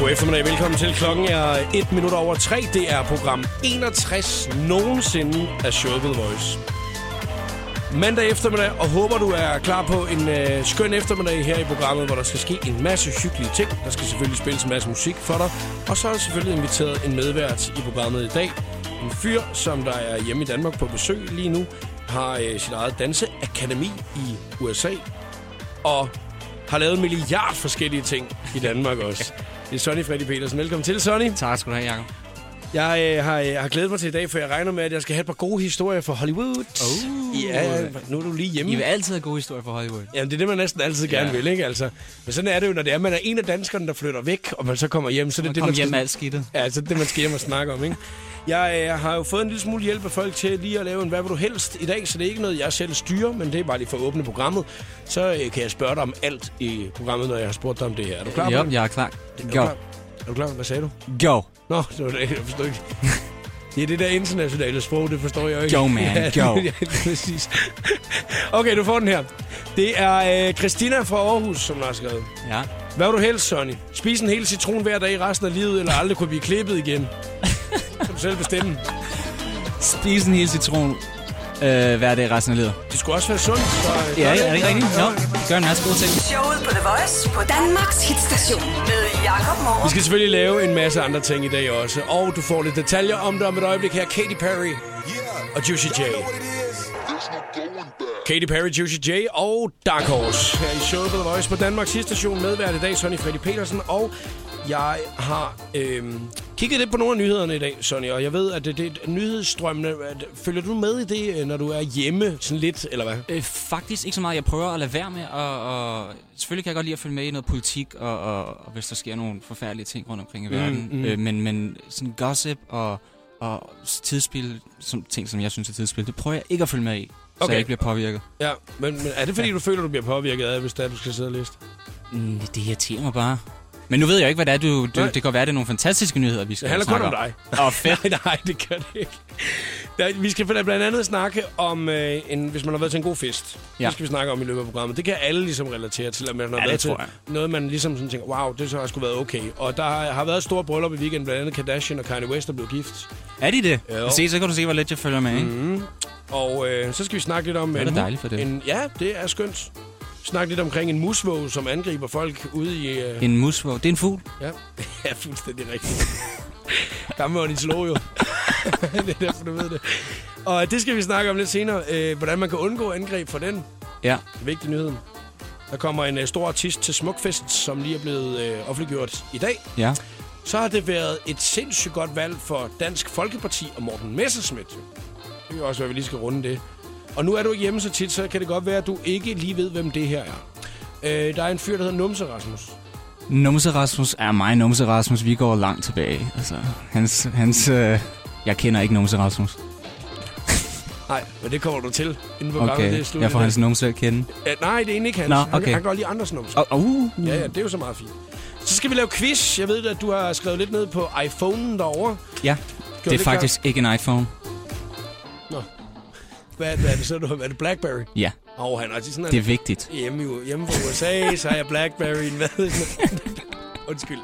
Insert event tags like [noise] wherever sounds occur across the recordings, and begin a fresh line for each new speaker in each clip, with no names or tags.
God eftermiddag. Velkommen til. Klokken er et minut over tre. Det er program 61 nogensinde af Showet The Voice. Mandag eftermiddag, og håber du er klar på en øh, skøn eftermiddag her i programmet, hvor der skal ske en masse hyggelige ting. Der skal selvfølgelig spilles en masse musik for dig, og så er der selvfølgelig inviteret en medvært i programmet i dag. En fyr, som der er hjemme i Danmark på besøg lige nu, har øh, sit eget danseakademi i USA, og har lavet en milliard forskellige ting i Danmark [laughs] også. Det er Sonny Freddy Petersen. Velkommen til, Sonny.
Tak skal du have, Jacob.
Jeg øh, har, øh, har glædet mig til i dag, for jeg regner med, at jeg skal have et par gode historier fra Hollywood.
Oh.
Ja, nu er du lige hjemme.
I vil altid have gode historier fra Hollywood.
Jamen, det er det, man næsten altid gerne
Ja.
vil, ikke? Altså, men sådan er det jo, når det er, man er en af danskerne, der flytter væk, og man så kommer hjem, så er det
Og
det,
kom
man
hjem med
skal...
alt skidtet.
Ja, så er det det, man skal hjem og snakke om, ikke? Jeg øh, har jo fået en lille smule hjælp af folk til lige at lave en hvad vil du helst i dag, så det er ikke noget, jeg selv styrer, men det er bare lige for at åbne programmet. Så øh, kan jeg spørge dig om alt i programmet, når jeg har spurgt dig om det her. Er du klar?
Jo,
på det?
jeg er klar.
Er du
Go.
klar? Er du klar? Hvad sagde du?
Go.
Nå, det var det, jeg forstod ikke. Det er det der internationale sprog, det forstår jeg jo ikke.
Go, man,
[laughs]
go.
ja, præcis. Okay, du får den her. Det er øh, Christina fra Aarhus, som har skrevet.
Ja.
Hvad vil du helst, Sonny? Spise en hel citron hver dag i resten af livet, eller aldrig kunne blive klippet
[laughs]
igen? Kan du selv bestemme.
Spis en hel citron øh, hver dag resten af livet.
Det skulle også være sundt. Så, øh,
Ja,
gør
er det ikke rigtigt? Jo, gør en masse gode ting.
Showet på The Voice på Danmarks hitstation med Jakob
Vi
Morup.
skal selvfølgelig lave en masse andre ting i dag også. Og du får lidt detaljer om det om et øjeblik her. Katy Perry og Juicy J. Katy Perry, Juicy J og Dark Horse. Her i showet på The Voice på Danmarks sidste station. Medvært i dag, Sonny Freddy Petersen. Og jeg har øhm, kigget lidt på nogle af nyhederne i dag, Sonny. Og jeg ved, at det, det nyhedsstrømmene... At, følger du med i det, øh, når du er hjemme sådan lidt, eller hvad?
Øh, faktisk ikke så meget. Jeg prøver at lade være med, og, og selvfølgelig kan jeg godt lide at følge med i noget politik, og, og, og hvis der sker nogle forfærdelige ting rundt omkring i verden. Mm, mm. Øh, men, men sådan gossip og, og tidsspil, som, ting som jeg synes er tidsspil, det prøver jeg ikke at følge med i, okay. så
Okay.
jeg ikke bliver påvirket.
Ja, men, men er det fordi, du føler, du bliver påvirket af, hvis det er, du skal sidde og læse?
Mm, det irriterer mig bare. Men nu ved jeg ikke, hvad det er, du... du
Nej.
det kan godt være, det er nogle fantastiske nyheder, vi skal
Det handler kun
snakke
om dig.
Åh, fedt.
Nej, [laughs] nej, det gør det ikke. Der, vi skal blandt andet snakke om, øh, en, hvis man har været til en god fest. Ja.
Ja.
Det skal vi snakke om i løbet af programmet. Det kan alle ligesom relatere til, at man har
Ja, det
været til
tror jeg.
noget, man ligesom sådan tænker, wow, det så har sgu været okay. Og der har, har været store bryllup i weekenden, blandt andet Kardashian og Kanye West, der blev gift.
Er de det?
Jo. Mhm.
Se, så kan du se, hvor let jeg følger med, ikke? Mm.
Og øh, så skal vi snakke lidt om...
er
en
da
mu-
dejligt for det.
En, ja, det er skønt. Snakke lidt omkring en musvåg, som angriber folk ude i... Øh,
En musvåg. Det er en fugl.
Ja, [laughs] ja fuldstændig rigtigt. [laughs] Gammel var i slog jo. [laughs] det er derfor, du ved det. Og det skal vi snakke om lidt senere. Øh, hvordan man kan undgå angreb fra den.
Ja.
Vigtig nyhed. Der kommer en øh, stor artist til Smukfest, som lige er blevet øh, offentliggjort i dag.
Ja.
Så har det været et sindssygt godt valg for Dansk Folkeparti og Morten Messerschmidt. jo. Det kan jo også være, at vi lige skal runde det. Og nu er du ikke hjemme så tit, så kan det godt være, at du ikke lige ved, hvem det her er. Øh, der er en fyr, der hedder Numse Rasmus.
Numse Rasmus er mig. Numse Rasmus, vi går langt tilbage. Altså, hans... hans øh... Jeg kender ikke Numse Rasmus.
Nej, men det kommer du til, inden programmet det er
Okay,
slut.
jeg får
i dag.
hans numse at kende.
Ja, nej, det er egentlig ikke hans.
Nå,
Han-
okay.
Han går lige andre snums.
Åh, oh, uh.
Ja, ja, det er jo så meget fint. Så skal vi lave quiz. Jeg ved, at du har skrevet lidt ned på iPhone'en derovre.
ja. Det
lidt
er faktisk ikke en iPhone.
Hvad, hvad er det så, du har? Er det BlackBerry?
Ja,
Åh, oh, han er sådan
det
det...
er vigtigt.
hjemme, i, hjemme fra USA, så har jeg BlackBerry'en med. [laughs] Undskyld.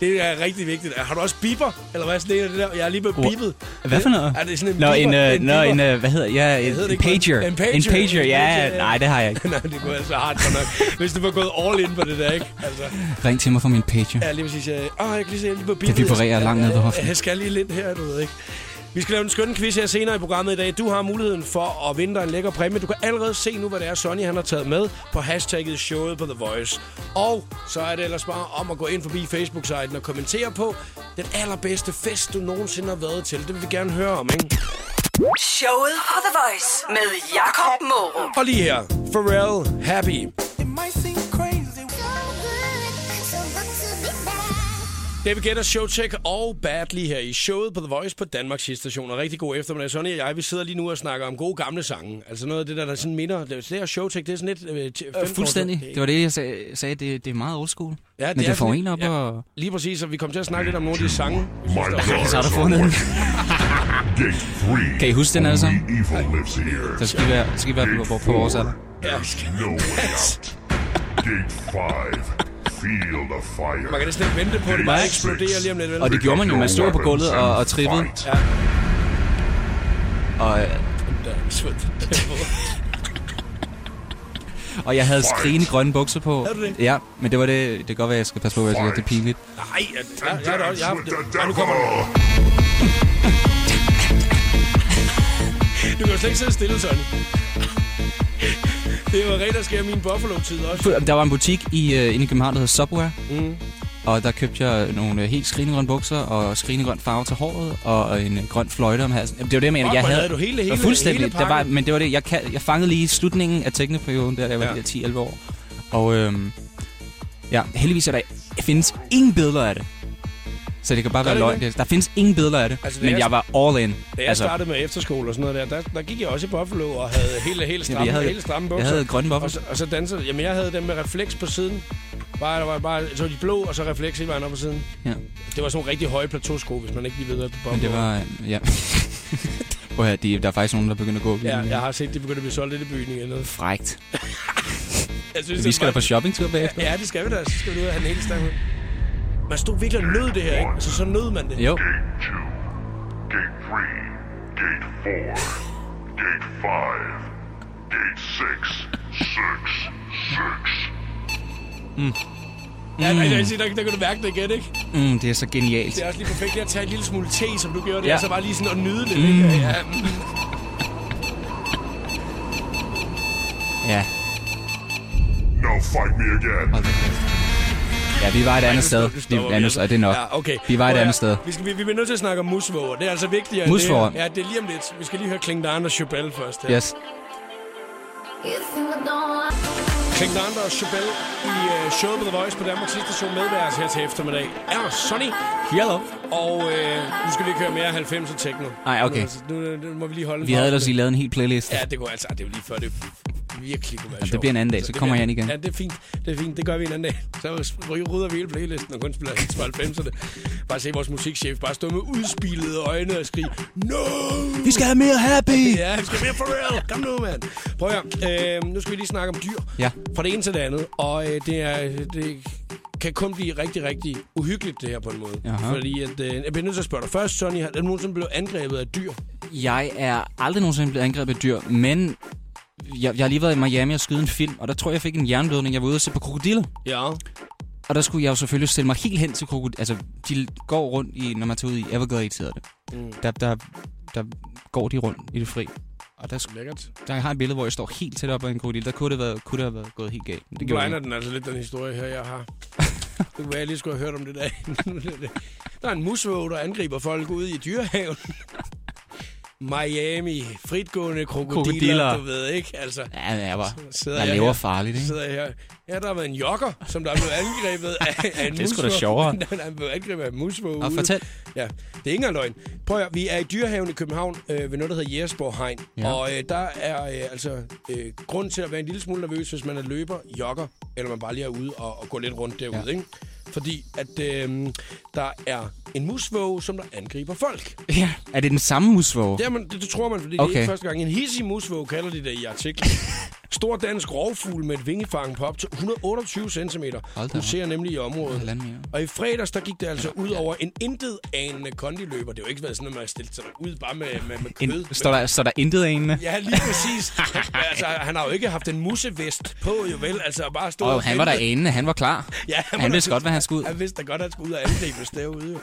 Det er rigtig vigtigt. Har du også Bieber? Eller hvad er sådan en af det der? Jeg er lige blevet
Hvor-
bippet.
Hvad for noget?
Er det sådan en
Nå, en,
Bieber?
øh,
En
nå,
Bieber?
en øh, hvad hedder, ja, en,
hedder det
en,
ikke noget.
pager.
En pager.
En pager,
En
ja.
pager,
Nej, det har jeg
[laughs]
ikke.
Nej, det kunne være så hardt for nok. Hvis du var gået all in på det der, ikke? Altså,
Ring til mig for min pager.
ja, lige præcis. Øh, Åh, jeg kan lige se, jeg er lige blevet
Det
bippet.
vibrerer langt ned på hoften.
Jeg skal lige lidt her, du ved ikke. Vi skal lave en skøn quiz her senere i programmet i dag. Du har muligheden for at vinde dig en lækker præmie. Du kan allerede se nu, hvad det er, Sonny han har taget med på hashtagget showet på The Voice. Og så er det ellers bare om at gå ind forbi Facebook-siden og kommentere på den allerbedste fest, du nogensinde har været til. Det vil vi gerne høre om, ikke?
Showet på The Voice med Jakob Morup.
Og lige her, Pharrell Happy. David Guetta, Showtech og Bad lige her i showet på The Voice på Danmarks station. Og rigtig god eftermiddag. Sonny og jeg, vi sidder lige nu og snakker om gode gamle sange. Altså noget af det, der, der sådan minder. Det det her Showtech, det er sådan lidt... Øh, t- 15 år-
Fuldstændig. Det
Ja,
var det, jeg sag, sagde. Det, det er meget old school.
det
Men
er
det får
sådan-
en op
ja.
og...
Lige præcis, og vi kom til at snakke lidt om nogle af de sange.
Så har du fundet den.
[laughs]
[laughs]
Gate 3.
Kan I huske den alle sammen?
Only evil lives here.
Så skal I være, så skal I være på, på, på vores alder.
There's no way out. Gate 5. Feel the fire.
Man kan næsten ikke vente på, at det bare eksploderer lige om lidt. Vel?
Og det gjorde man jo, man stod på gulvet og, og trippede.
Fight.
Ja.
Og, øh,
Dans with the devil.
og jeg havde skrigende grønne bukser på.
Havde du det?
Ja, men det var det. Det kan godt være, jeg skal passe på, hvad jeg siger. Det er
Fight.
pinligt.
Nej, jeg, jeg, jeg,
er
jeg,
Dance
jeg,
with
jeg,
the
jeg, nu kommer
devil.
den. Du kan jo slet ikke sidde stille, Sonny. [laughs] Det var rent at skære min Buffalo-tid også.
Der var en butik i, øh, inde i København, der hed Subway. Mm. Og der købte jeg nogle øh, helt skrigende grønne bukser og skrigende grøn farve til håret og en øh, grøn fløjte om halsen. Jamen, Det var det, jeg mener.
Fuck,
Jeg
hvor havde du hele- hele-
var fuldstændig.
hele
der var,
pakken.
men det var det. Jeg, kan, jeg fangede lige slutningen af tekneperioden, der, da jeg var
Ja.
ja. 10-11 år. Og øhm, ja, heldigvis er der findes ingen billeder af det. Så det kan bare være
det
løgn. Der findes ingen billeder af det.
Altså,
Altså,
da
men
jeg-
jeg var all in. Altså,
Da jeg startede med efterskole og sådan noget der, der, der gik jeg også i Buffalo og havde hele, helt stramme,
jeg havde-
hele stramme
jeg
bukser.
havde grønne buffer.
Og så, og så dansede Jamen, jeg havde dem med refleks på siden. Bare, der var bare, så var de blå, og så refleks hele vejen op på siden.
Ja.
Det var sådan nogle rigtig høje plateausko, hvis man ikke lige ved, hvad på Buffalo
Men det var... øh,
[laughs]
Ja. Prøv at høre, de, der er faktisk nogen, der begynder at gå igen.
er. Ja, jeg har set, de begyndte at blive solgt lidt i byen igen. Jeg [laughs]
Frægt.
synes,
Vi
det
skal da
var-
på shoppingtur bagefter.
Ja, det skal vi da. Så skal vi ud og have den hele stang ud. Man stod virkelig og nød det her, ikke? Altså, så nød man det.
Jo.
Gate 2, Gate 3, Gate 4, Gate 5, Gate 6, 6, 6.
Ja, mm. jeg vil sige, der, der kan du mærke det igen, ikke?
Mm, det er så genialt.
Det er også lige perfekt lige at tage en lille smule te, som du gjorde det, ja.
Ja.
og så bare lige sådan at nyde det. Mm. Ja, mm.
Ja,
Now fight me again.
hold da kæft. Ja, vi var et andet sted.
Nu
Vi,
stopper
ja, nu,
altså.
og det er nok.
Ja, okay.
Vi var et
Prøv at-
andet sted.
Vi, skal, vi, vi bliver nødt til at snakke om musvåger. Det er altså vigtigere end
Musvåger.
det her. Ja, det er lige om lidt. Vi skal lige høre Klingdarn og Chopel først. Her.
Yes.
You think I don't like
Klingdarn og Chopel i uh, showet på The Voice på Danmarks station medværs her til eftermiddag. Er Sonny.
Hello.
Og øh, nu skal vi ikke høre mere 90'er techno.
Ej, okay.
Nu, altså, nu, nu, må vi lige holde en
Vi havde
pause.
ellers lige lavet en hel playlist.
Ja, det kunne altså, det er jo lige før, det virkelig kunne være
det
sjovt.
bliver en anden dag, så
det
kommer
bliver-
jeg ind igen.
Ja, det er fint, det er fint, det gør vi en anden dag. Så rydder vi hele playlisten og kun spiller hits fra 90'erne. Bare se vores musikchef bare stå med udspilede øjne og skrige, No!
Vi skal have mere happy!
Ja, vi skal være for real. Kom nu, mand. Prøv at høre. Øh, nu skal vi lige snakke om dyr.
Ja.
Fra det ene til det andet. Og øh, det, er, det kan kun blive rigtig, rigtig uhyggeligt, det her på en måde.
Aha.
Fordi at, øh, jeg bliver nødt til at spørge dig først, Sonny. Er der nogen, som blev angrebet af dyr?
Jeg er aldrig nogensinde blevet angrebet af dyr, men jeg, jeg har lige været i Miami og skyde en film, og der tror jeg, jeg fik en jernblødning. Jeg var ude og se på krokodiller.
Ja.
Og der skulle jeg jo selvfølgelig stille mig helt hen til krokodil. Altså, de går rundt i, når man tager ud i Everglades, hedder det. Mm. Der, der, der går de rundt i det fri. Og der, sk-
Lækkert.
der har jeg et billede, hvor jeg står helt tæt op ad en krokodil. Der kunne det, have været, kunne det have været gået helt galt. Men Det
Det
gjorde
blegner
det.
den altså lidt, den historie her, jeg har. Det kunne være, jeg lige skulle have hørt om det der. [laughs] der er en musvåg, der angriber folk ude i
[laughs]
dyrehaven. Miami, fritgående krokodiller,
Krokodiller.
du ved ikke, altså.
ikke. Ja, men jeg var.
Sidder
Jeg
jeg
lever
her.
farligt,
Så
ikke?
sidder jeg her. Ja, der har været en jokker, som der er blevet angrebet af, af en
[laughs] Det er sgu da
musvåg.
sjovere.
[laughs] Han er blevet angrebet af en musvåg.
Og
ude.
fortæl.
Ja, det er ikke engang løgn. Prøv at, høre, vi er i dyrehaven i København øh, ved noget, der hedder Jægersborg Hegn. Ja.
Ja.
Og øh, der er øh, altså øh, grund til at være en lille smule nervøs, hvis man er løber, jogger, eller man bare lige er ude og, og går lidt rundt derude, ja. ikke? Fordi at øh, der er en musvåge, som der angriber folk.
Ja. Er det den samme musvåge?
Jamen, det, det tror man, fordi okay. det
Okay.
er ikke første gang. En hissig musvåge kalder de det i
[laughs]
artiklen. Stor dansk rovfugl med et vingefang på op til 128 cm.
Hold da op.
Huserer nemlig i området.
Halvanden mere.
Og i fredags, der gik det altså ud over en intet anende kondiløber. Det har jo ikke været sådan, at man har stillet sig ud bare med, med, med kød.
En, [laughs] står, der, står der intet af en?
Ja, lige præcis. [laughs] altså, han har jo ikke haft en musevest på, jo vel. Altså, bare stå
Og han var der inde, han var
[laughs]
klar.
Ja,
han,
var
han
da-
vidste godt, hvad han skulle ud.
Han vidste da godt, at han skulle ud og angribes derude. jo.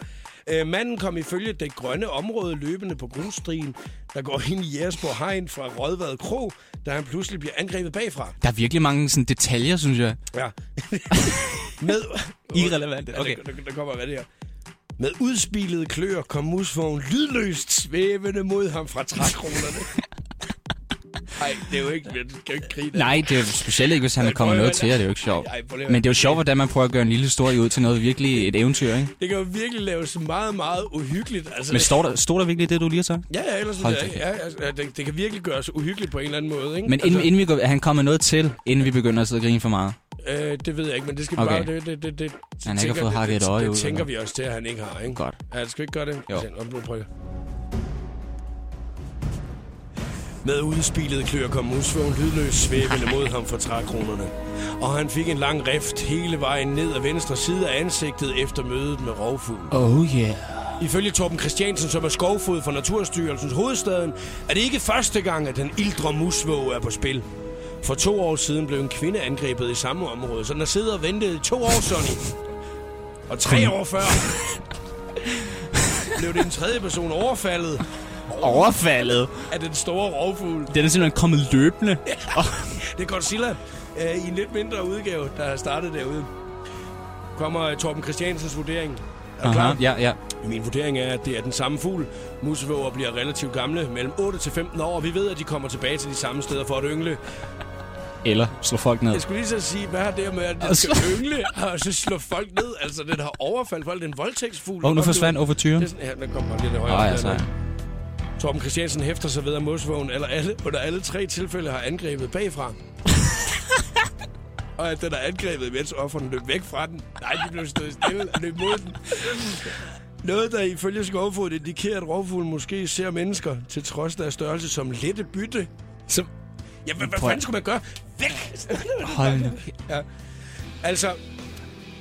Øh, manden kom ifølge det grønne område løbende på grusstrien, der går ind i Jægersborg Hegn fra Rødvad Kro, da han pludselig bliver angrebet bagfra.
Der er virkelig mange sådan, detaljer, synes jeg. [laughs]
Ja. Med...
Irrelevante.
Okay. Der, der, der kommer hvad det her. Med udspilede klør kom musvognen lydløst svævende mod ham fra
[laughs]
trækronerne. Nej, det er jo ikke... Det kan jo ikke grine. af.
Nej, det er jo [laughs] specielt ikke, hvis han er
Ej, prøv
kommet
at
noget
høre,
til
nej.
jer. Det er jo ikke sjovt.
Ej, prøv lige at høre.
Men det er jo sjovt, hvordan man prøver at gøre en lille historie ud til noget virkelig et eventyr, ikke?
Det kan jo virkelig laves meget, meget uhyggeligt. Altså,
Men
det-
står der, står der virkelig det, du lige har sagt?
Ja, ja, ellers
Hold
Hold det,
da
ja, altså, ja, det, det kan virkelig gøres uhyggeligt på en eller anden måde, ikke?
Men inden, inden vi går, er han kommet noget til, inden vi begynder at sidde og grine for meget?
altså, øh, det ved jeg ikke, men det skal vi
Okay.
bare... Det, det, det, det,
har ikke
tænker-
fået hakket et
det,
øje
det,
ud,
Det tænker
eller?
vi også til, at han ikke har, ikke?
Godt.
Ja, skal vi ikke gøre det?
Jo.
Se, nu prøver jeg. Med udspilede klør kom musvågen lydløs svævende mod ham fra trækronerne. Og han fik en lang rift hele vejen ned ad venstre side af ansigtet efter mødet med rovfuglen.
Oh yeah.
Ifølge Torben Christiansen, som er skovfod fra Naturstyrelsens hovedstaden, er det ikke første gang, at den ildre musvåg er på spil. For to år siden blev en kvinde angrebet i samme område, så den har siddet og ventet i to år, Sonny. Og tre år før blev den tredje person overfaldet
Overfaldet.
af den store rovfugl.
Den er simpelthen kommet løbende. Og
Det er Godzilla øh, i en lidt mindre udgave, der har startet derude. Kommer øh, Torben Christiansens vurdering. Er du
Aha,
klar?
ja, ja.
Min vurdering er, at det er den samme fugl. Musevåger bliver relativt gamle, mellem 8 til 15 år, og vi ved, at de kommer tilbage til de samme steder for at yngle.
Eller slå folk ned.
Jeg skulle lige så sige, hvad har det med, at den
Og
skal
slå-
yngle, og så slå folk ned? Altså, den har overfaldt folk, den voldtægtsfugl.
Åh, oh, nu
Kom,
forsvandt
du-
overturen.
Det er sådan- Ja, den kom bare lidt højere.
Ej,
Den
altså.
er- Torben Christiansen hæfter sig ved, at Mosvågen eller alle, under alle tre tilfælde har angrebet bagfra. og at den er angrebet, mens offeren løb væk fra den. Nej, de blev stået stille og løb mod den. Noget, der ifølge skovfod indikerer, at rovfuglen måske ser mennesker, til trods deres størrelse, som lette bytte. Som... Ja, hvad, hvad
Prøv-
fanden skulle man gøre? Væk!
Hold nu.
Altså,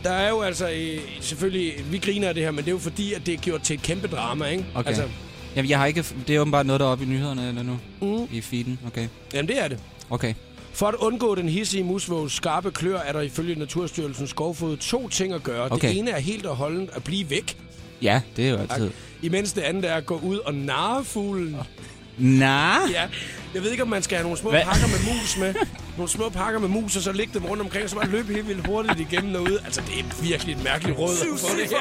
der er jo altså øh, selvfølgelig... Vi griner af det her, men det er jo fordi, at det er gjort til et kæmpe drama, ikke?
Okay.
Altså,
Jamen, jeg har ikke... Det er åbenbart noget, der er oppe i nyhederne eller nu. I feeden, okay.
jamen, det er det.
Okay.
For at undgå den hissige musvågs skarpe klør, er der ifølge Naturstyrelsen Skovfod to ting at gøre.
Okay.
Det ene er helt og holdent at blive væk,
Ja, det er jo altid.
imens det andet er at gå ud og narre fuglen.
Nej.
Ja. Jeg ved ikke, om man skal have nogle små
Hvad?
Hva? pakker med mus [laughs] med. Nogle små pakker med mus, og så lægge dem rundt omkring, og så bare løbe helt vildt hurtigt igennem derude. Altså, det er virkelig et mærkeligt råd
Syv
at få det
cifre,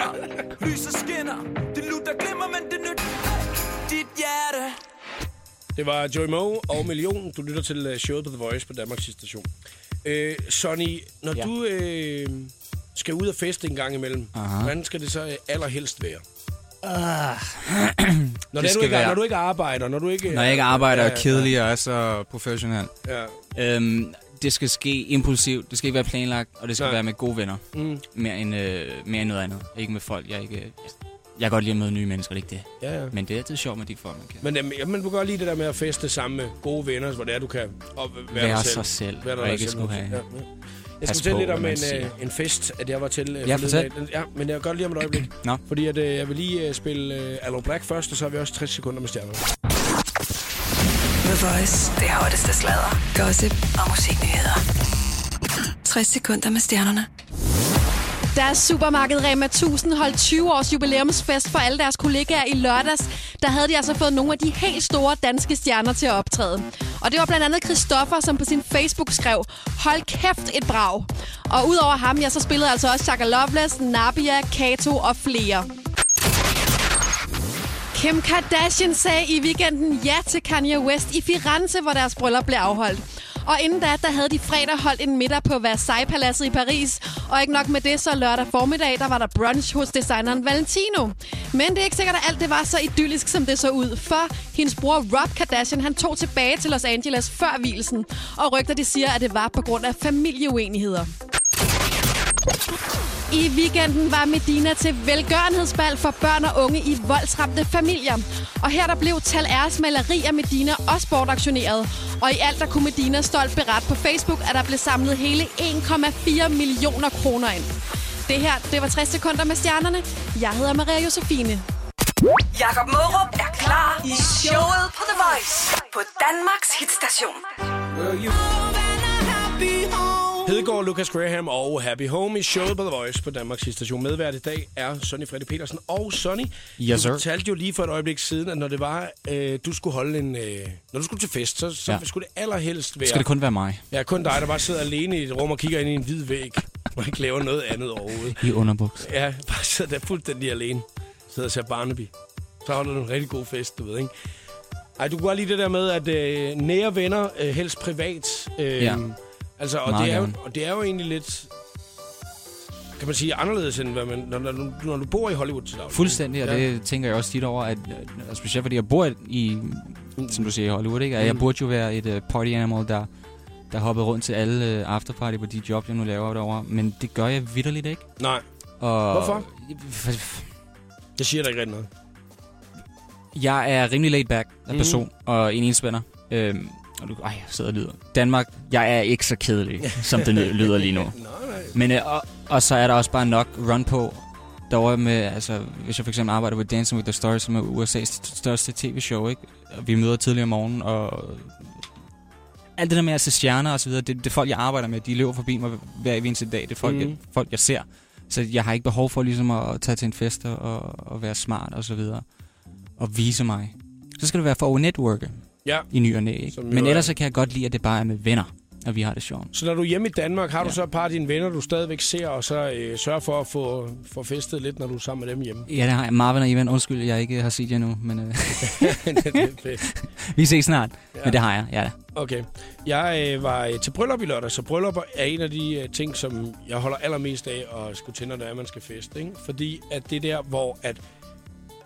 her.
lys og skinner Det lutter glimmer, men det nyt Dit hjerte
Det var Joey Moe og Million. Du lytter til øh, showet på The Voice på Danmarks station. Øh, Sonny, når ja.
Ja.
du øh, skal ud og feste en gang imellem, Aha. hvordan skal det så øh, allerhelst være? Ah. [clears throat] når, det er, du
skal
ikke,
være-
når du ikke arbejder, når du ikke... øh,
Når jeg ikke arbejder og
Ja,
er kedelig og er så professionel.
Ja,
Øhm, det skal ske impulsivt, det skal ikke være planlagt, og det skal
Nej.
Nej. være med gode venner. Mm. Mere, end, øh, mere end noget andet. Ikke med folk. Jeg, er ikke, jeg, jeg kan godt lide at møde nye mennesker, det er ikke det.
ja, ja.
Men det er altid sjovt med de folk, man kan.
Men jamen, jamen, man kan godt lide det der med at feste sammen med gode venner, hvor det er, du kan og være,
Være
dig
sig selv,
Være dig
og
dig
ikke
selv.
skulle have-
Ja, ja. Jeg skal
Pas
fortælle
på,
lidt om
hvad
en,
man siger.
øh, en fest, at jeg var til. øh,
Ja,
forleden
fortæl.
dag. Den- Ja, men jeg gør lige om et øjeblik.
Nå.
Fordi at, øh, jeg vil lige øh, spille øh, Allo Black først, og så har vi også 60 sekunder med stjerner.
The Voice. Det hotteste sladder, gossip og musiknyheder. 60 sekunder med stjernerne.
Deres supermarked Rema 1000 holdt 20 års jubilæumsfest for alle deres kollegaer i lørdags. Der havde de altså fået nogle af de helt store danske stjerner til at optræde. Og det var blandt andet Christoffer, som på sin Facebook skrev, hold kæft et brag. Og udover ham, ja, så spillede altså også Shaka Loveless, Nabia, Kato og flere. Kim Kardashian sagde i weekenden ja til Kanye West i Firenze, hvor deres bryllup blev afholdt. Og inden da, der havde de fredag holdt en middag på Versailles-paladset i Paris. Og ikke nok med det, så lørdag formiddag, der var der brunch hos designeren Valentino. Men det er ikke sikkert, at alt det var så idyllisk, som det så ud. For hendes bror Rob Kardashian, han tog tilbage til Los Angeles før hvilesen. Og rygter, de siger, at det var på grund af familieuenigheder. I weekenden var Medina til velgørenhedsbal for børn og unge i voldsramte familier. Og her der blev Tal Ers maleri af Medina også bortaktioneret. Og i alt der kunne Medina stolt berette på Facebook, at der blev samlet hele 1,4 millioner kroner ind. Det her, det var 60 sekunder med stjernerne. Jeg hedder Maria Josefine.
Jakob Mørup er klar i showet på The Voice på Danmarks hitstation.
Hedegaard, Lucas Graham og Happy Home i showet på The Voice på Danmarks station. Medvært i dag er Sonny Freddy Petersen. Og Sonny,
Yes,
du
sir.
fortalte jo lige for et øjeblik siden, at når det var, øh, du skulle holde en... Øh, når du skulle til fest, så, så ja.
Ja.
skulle det allerhelst være...
Skal det kun være mig
Ja, kun dig, der bare sidder alene i et rum og kigger ind i en hvid væg. Og ikke laver noget andet overhovedet.
i underbuks?
Ja, bare sidder der fuldstændig alene. Sidder og ser Barnaby. Så holder du en rigtig god fest, du ved, ikke? Ej, du kunne godt lide det der med, at øh, nære venner, øh, helst privat. Øh,
Ja.
Altså, og
Meget
det, er jo,
gerne.
og det er jo egentlig lidt, kan man sige, anderledes end, hvad man, når, når, du- når du bor i Hollywood til daglig.
Fuldstændig, og
Ja.
det tænker jeg også tit over, at, og specielt fordi jeg bor i, som du siger, i Hollywood, ikke? Og
Mm.
jeg burde jo være et uh, party animal, der, der hopper rundt til alle uh, afterparty på de job, jeg nu laver derovre. Men det gør jeg vidderligt ikke.
Nej,
Og
Hvorfor? det siger der ikke rigtig noget.
Jeg er rimelig laid back af person mm. og en enspænder. Øhm, og du, ej, jeg sidder og lyder. Danmark, jeg er ikke så kedelig, som det lyder- lyder lige nu. Men, øh, og, og så er der også bare nok run på derovre med, altså, hvis jeg for eksempel arbejder ved Dancing with the Stars, som er USA's største tv-show, ikke? Og vi møder tidligere om morgenen, og alt det der med at se stjerner og så videre, det, det er folk, jeg arbejder med, de lever forbi mig hver evig eneste dag. Det er folk,
Mhm.
mm. jeg, folk, jeg ser. Så jeg har ikke behov for ligesom at tage til en fest og, og være smart og så videre. Og vise mig. Så skal det være for at networke
Ja.
i ny og næ, ikke?
Som jo
Men
er-
ellers så kan jeg godt lide, at det bare er med venner, og vi har det sjovt.
Så når du er hjemme i Danmark, har du
Ja.
så et par af dine venner, du stadigvæk ser, og så øh, sørger for at få, få festet lidt, når du er sammen med dem
[laughs]
hjemme.
Ja, det har jeg. Marvin og Ivan, undskyld, jeg ikke har set jer nu, men øh, [laughs]
det er fedt.
vi ses snart.
Ja.
Ja. Men det har jeg, ja da.
Okay. Jeg øh, var øh, til bryllup i lørdag, så bryllup er en af de øh, ting, som jeg holder allermest af at skulle tænde, når det er, man skal feste. Ikke? Fordi at det er der, hvor at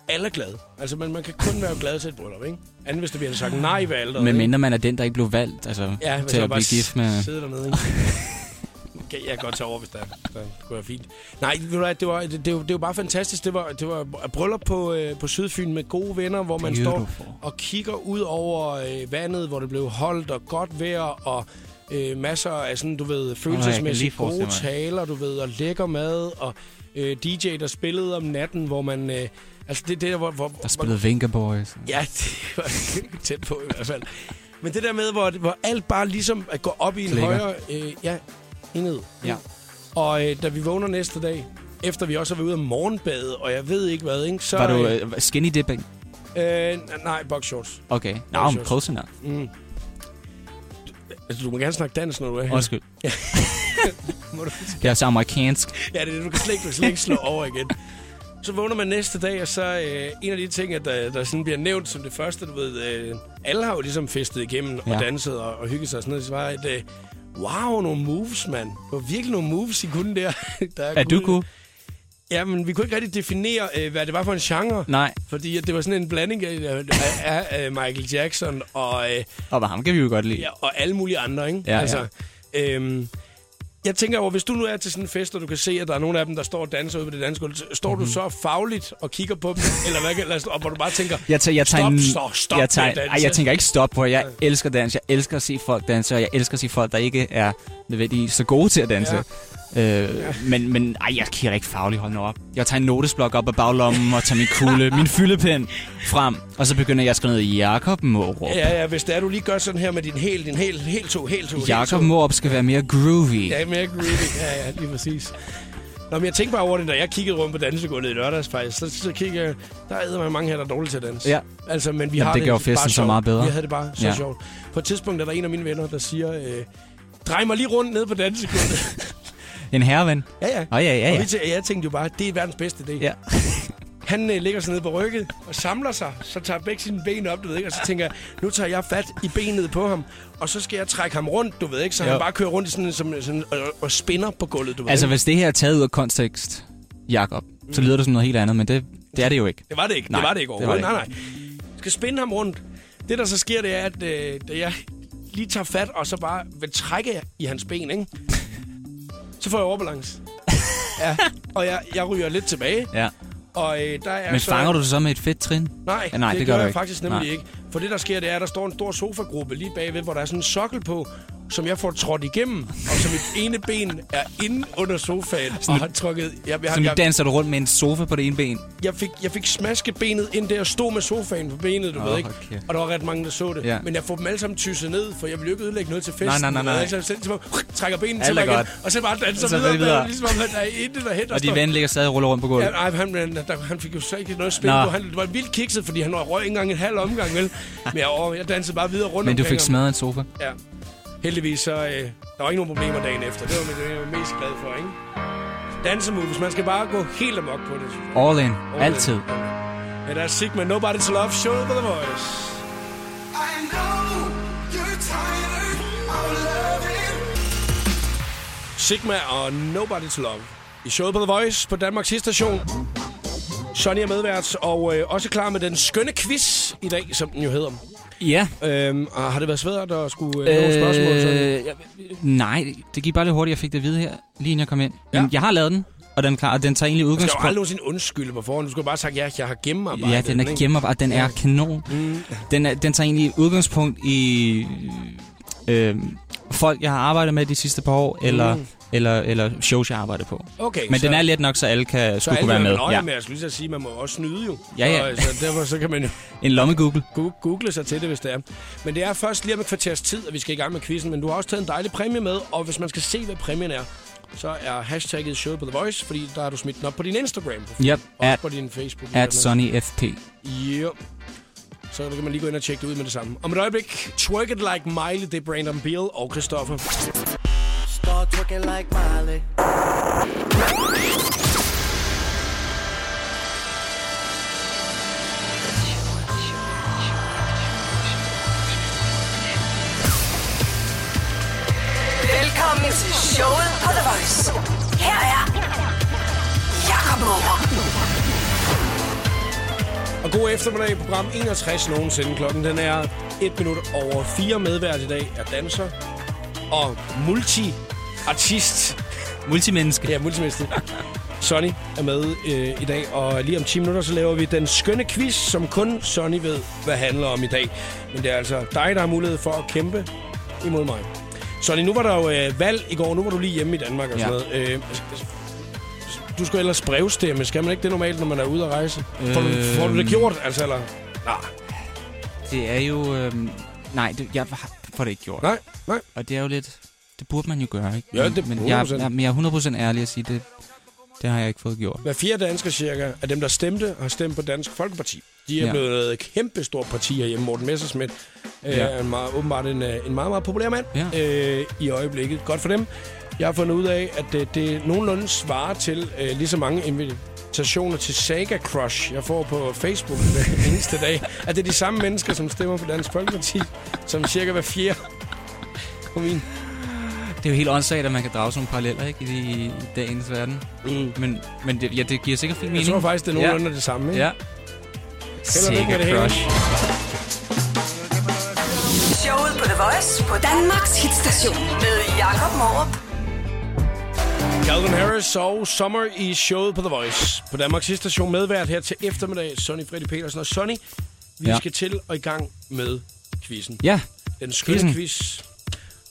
alle er glade. Altså, man, man kan kun være glad til et bryllup, ikke? Anden hvis der bliver sagt nej ved alderet.
Men
ikke?
mindre man er den, der ikke blev valgt, altså,
Ja, hvis
til
jeg
at
bare
blive gift med...
sidder dernede, [laughs] ikke? Okay, jeg kan godt tage over, hvis der der kunne være fint. Nej, ved du hvad, det var, det, det, var- det var bare fantastisk. Det var, det var bryllup på, øh, på Sydfyn med gode venner, hvor man
Det er du
står
for.
og kigger ud over øh, vandet, hvor det blev holdt og godt vejr og øh, masser af sådan, du ved, følelsesmæssigt
forestille
gode
mig.
taler, du ved, og lækker mad og øh, DJ, der spillede om natten, hvor man... Øh, altså, det, det der, hvor, hvor,
Der spillede Vinkerboys.
Ja, [laughs] det var tæt på i hvert fald. Men det der med, hvor, hvor alt bare ligesom at gå op i en
Klikker.
højere øh, ja, enhed.
Ja.
Og øh, da vi vågner næste dag, efter vi også har været ude af morgenbade, og jeg ved ikke hvad, ikke? så...
Var du øh, skinny dipping?
Øh, n- nej, boxshorts.
Okay. Nå,
Boxers.
men close enough.
Mm. Du- Altså, du må gerne snakke dansk, når du er her. [laughs]
Undskyld.
Må du-
Det er så amerikansk.
Ja, det er det. Du kan slet ikke, du kan slet ikke slå over igen. Så vågner man næste dag, og så øh, en af de ting, at der, der sådan bliver nævnt som det første, du ved, øh, alle har jo ligesom festet igennem ja.
Ja.
og danset og, og hygget sig og sådan noget. Så var et, øh, wow, nogle moves, mand. Det var virkelig nogle moves, I kunne der. [laughs] der
Er du kunne?
Ja, men vi kunne ikke rigtig definere, øh, hvad det var for en genre.
Nej.
Fordi at det var sådan en blanding af, af, af øh, Michael Jackson og... Øh,
Og hvad ham kan vi jo godt lide.
Ja, og alle mulige andre, ikke?
Ja,
ja. Øhm, jeg tænker over, hvis du nu er til sådan en fest, og du kan se, at der er nogle af dem, der står og danser ude på det danske gulv, så- står
Mhm.
mm-hmm. du så fagligt og kigger på dem, eller hvad, kan- lad- og hvor du bare tænker,
Jeg, tager, jeg tager
stop,
en,
stop, stop
jeg
med at
tager,
danse.
ej, jeg tænker ikke stop på. Jeg elsker dans. Jeg elsker at se folk danse, og jeg elsker at se folk, der ikke er nødvendigvis så gode til at danse. Ja. Øh, ja. Men, men ej, jeg kigger da ikke fagligt hold nu op. Jeg tager en notesblok op af baglommen og tager min kugle, min fyldepen frem. Og så begynder jeg at skrive ned, Jakob Morup. Ja.
Ja, ja, hvis det er, du lige gør sådan her med din helt, din helt, helt to, helt to,
Jakob Morup skal være mere groovy.
Ja, mere groovy. Ja, ja, lige præcis. Nå, men jeg tænkte bare over det, da jeg kiggede rundt på dansegulvet i lørdags faktisk, så, så kiggede jeg, der er mig mange her, der er dårlige til at danse.
Ja.
Altså, men vi
Jamen,
har
det
det,
gjorde
bare
festen så
sjovt.
meget bedre.
Vi havde det bare så ja.
Ja.
sjovt. På et tidspunkt er der en af mine venner, der siger, øh, drej mig lige rundt ned på dansegulvet.
[laughs] En herreven.
ja, ja.
Åh, ja, ja,
Og
ja.
vi tæ- jeg tænkte jo bare, det er verdens bedste idé.
ja.
Han øh, ligger sig nede på rygget og samler sig, så tager begge sine ben op, du ved ikke, og så tænker jeg, nu tager jeg fat i benet på ham, og så skal jeg trække ham rundt, du ved ikke, så
Jo.
han bare kører rundt i sådan, sådan, sådan og, og spinner på gulvet, du ved
Altså,
ikke.
hvis det her er taget ud af kontekst, Jakob, så
Mm.
lyder det som noget helt andet, men det, det er det jo ikke.
Det var det ikke. Nej,
Nej,
det var det ikke
det var
overhovedet.
det
Nej, nej. Jeg skal spinde ham rundt. Det, der så sker, det er, at øh, da jeg lige tager fat, og så bare vil trække i hans ben, ikke? så får jeg
[laughs]
overbalance. ja, og jeg, jeg ryger lidt tilbage,
Ja.
og øh, der er
Men
så...
fanger du det så med et fedt trin?
Nej,
Ja, nej,
det,
det
gør
gør du
jeg
ikke.
faktisk nemlig
Nej.
ikke. For det, der sker, det er, at der står en stor sofagruppe lige bagved, hvor der er sådan en sokkel på, som jeg får trådt igennem, og som mit ene ben er inde under sofaen, og har trukket... Jeg, jeg,
Så nu danser du rundt med en sofa på det ene ben.
jeg fik, jeg fik smasket benet ind der og stod med sofaen på benet, du
Nå,
ved ikke.
hold kæft.
Og der var ret mange, der så det.
Ja.
Men jeg får dem alle sammen tysset ned, for jeg ville jo ikke ødelægge noget til festen.
nej, nej,
Og jeg Så
nej.
selv ligesom som trækker benet
Alt
til
er
mig igen,
godt.
og så bare danser
Så
videre,
videre.
videre. Ligesom om, at der er intet der hen,
Og de ven ligger stadig og ruller rundt på gulvet.
Ja, nej, han, han, der, han fik jo så ikke noget spil
Nå.
på. Han det var vildt kikset, fordi han røg ikke engang en halv omgang,
[laughs]
vel? Men jeg, åh, jeg dansede bare videre rundt
Men du
omkring
fik
ham.
smadret en sofa.
Ja. Heldigvis så, øh, der var ikke nogen problemer dagen efter. Det var det, jeg var mest glad for, ikke? Dansemoves, man skal bare gå helt amok på det, synes jeg.
All in. Altid.
Ja, der er Sigma, Nobody to Love, Show på The Voice. Sigma og Nobody to Love. I showet på The Voice på Danmarks station. Sonny er medvært, og øh, også klar med den skønne quiz i dag, som den jo hedder.
Ja.
Øhm, og har det været svært at skulle øh, øh, nogle spørgsmål? Sådan?
Øh, jeg- nej, det gik bare lidt hurtigt. Jeg fik det at vide her, lige inden jeg kom ind. Men
Ja.
jeg har lavet den. og den, er klar, og den tager egentlig
Du skal jo
udgangspunkt...
aldrig nogensinde undskylde på forhånd. Du skal jo bare have sagt, ja, jeg har gennemarbejdet
Ja, den er
ikke? Mm.
gemmer, og den er kanon. Den, er, den tager egentlig udgangspunkt i øh, folk, jeg har arbejdet med de sidste par år, eller, eller, eller shows, jeg arbejder på.
Mm. Okay,
Men
så-
den er let nok, så alle kan,
Så
skulle kunne være med.
Nå, ja.
Ja.
men jeg skulle lige så sige, man må også snyde jo.
Ja, ja.
Så, så derfor så kan man jo
En lomme-google.
gu- google sig til det, hvis det er. Men det er først lige om et kvarters tid, at vi skal i gang med quizzen. Men du har også taget en dejlig præmie med, og hvis man skal se, hvad præmien er, så er hashtagget showet på The Voice, fordi der har du smidt den op på din Instagram.
Yep,
Og
at,
også på din Facebook.
at Sonny FP.
Jo. Så kan man lige gå ind og tjekke det ud med det samme. Om et øjeblik, Twerk It Like Miley, det er Brandon Beal og Christoffer.
Start twerking like Miley.
Velkommen til showet på The Voice. Her er Jakob Morup.
Og god eftermiddag, program 61 nogensinde. Klokken den er 1 minut over 4. Medvært i dag er danser og multi-artist.
Multimenneske.
Ja, multimester. Sonny er med øh, i dag, og lige om 10 minutter, så laver vi den skønne quiz, som kun Sonny ved, hvad handler om i dag. Men det er altså dig, der har mulighed for at kæmpe imod mig. Sonny, nu var der jo øh, valg i går. Nu var du lige hjemme i Danmark og sådan
Ja.
noget. Øh, du skal ellers brevstemme. Skal man ikke det normalt, når man er ude at rejse? Øh... Får, du, får du det gjort, altså? Eller? Nej,
Det er jo... Øh, nej, det, jeg har- får det ikke gjort.
nej, nej.
Og det er jo lidt... Det burde man jo gøre, ikke?
Ja, det
men, men,
100%.
jeg, jeg, men jeg er 100% ærlig at sige, det, det har jeg ikke fået gjort.
Hver fire danskere cirka af dem, der stemte, har stemt på Dansk Folkeparti. De er ja.
Ja.
blevet et kæmpestort parti herhjemme. Morten Messersmith ja.
Ja.
er en meget, åbenbart en, øh, en meget, meget populær mand
Ja.
øh, i øjeblikket. Godt for dem. Jeg har fundet ud af, at det, det nogenlunde svarer til øh, lige så mange invitationer til Saga Crush, jeg får på Facebook hver eneste dag. At det er de samme mennesker, som stemmer på Dansk Folkeparti, som cirka hver fjerde på min.
Det er jo helt åndssvagt, at man kan drage sådan nogle paralleller ikke, i, i dagens verden.
Mm.
Men, men det, ja, det giver sikkert fin
Jeg
mening.
tror faktisk, det er
Ja.
nogenlunde det samme. Ikke?
Ja.
Held og lykke med det
Sikkert
hele.
crush.
Showet på The Voice på Danmarks hitstation med Jakob Morup.
Calvin Harris og Summer i showet på The Voice. På Danmarks sidste station medvært her til eftermiddag, Sonny Freddy Petersen. Og Sonny, vi ja.
Ja.
skal til og i gang med quizzen.
Ja,
Den skønne
Quizzen.
quiz.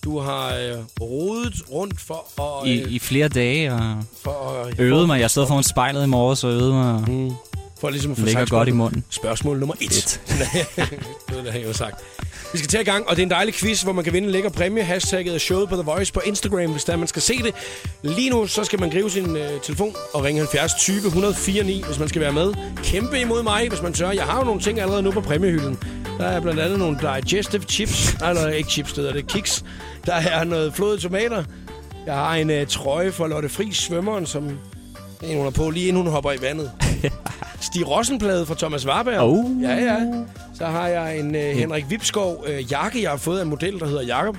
Du har øh, rodet rundt for at... øh,
i, i flere dage og
for, at-
øvede mig. Jeg stod foran spejlet i morges og øvede mig.
for ligesom at få
Ligger
sagt
godt i
spørgsmål-
munden.
Spørgsmål nummer et. det er det, jeg har sagt. Vi skal til i gang, og det er en dejlig quiz, hvor man kan vinde en lækker præmie. Hashtagget er showet på The Voice på Instagram, hvis der man skal se det. Lige nu, så skal man gribe sin øh, telefon og ringe 70 20 104 9, hvis man skal være med. Kæmpe imod mig, hvis man tør. Jeg har jo nogle ting allerede nu på præmiehylden. Der er blandt andet nogle digestive chips. Nej, nej, ikke chips, det hedder det. Kiks. Der er noget flåede tomater. Jeg har en øh, trøje for Lotte Fri svømmeren, som en, hun har på, lige inden hun hopper i vandet. Stig Rossenplade fra Thomas Warberg.
Oh.
Ja, ja. Så har jeg en øh, Henrik Vipskov øh, jakke, jeg har fået af en model, der hedder Jakob.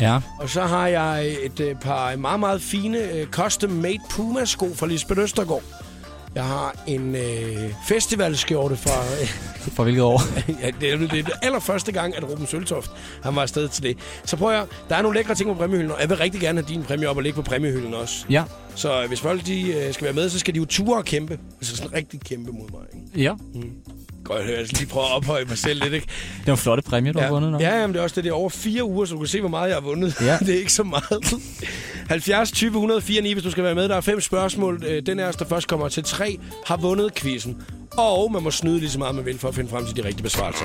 Ja.
Og så har jeg et øh, par meget, meget fine øh, custom-made Puma-sko fra Lisbeth Østergaard. Jeg har en øh, festivalskjorte fra... [laughs]
For hvilket år?
ja, det er det, det allerførste gang, at Ruben Søltoft han var afsted til det. Så prøv at høre, der er nogle lækre ting på præmiehylden, og jeg vil rigtig gerne have din præmie op og ligge på præmiehylden også.
ja.
Så hvis folk de, øh, skal være med, så skal de jo ture og kæmpe. Altså sådan rigtig kæmpe mod mig. Ikke?
Ja.
Godt, jeg altså lige prøve at ophøje mig selv lidt, ikke?
Det var en flotte præmie, du har vundet nu.
ja, jamen, det er også det. Det er over fire uger, så du kan se, hvor meget jeg har vundet.
Ja.
[laughs] det er ikke så meget. 70 20 104 9, hvis du skal være med. Der er fem spørgsmål. Øh, Den af os, der først kommer til tre, har vundet quizzen. Og man må snyde lige så meget, man vil, for at finde frem til de rigtige besvarelser.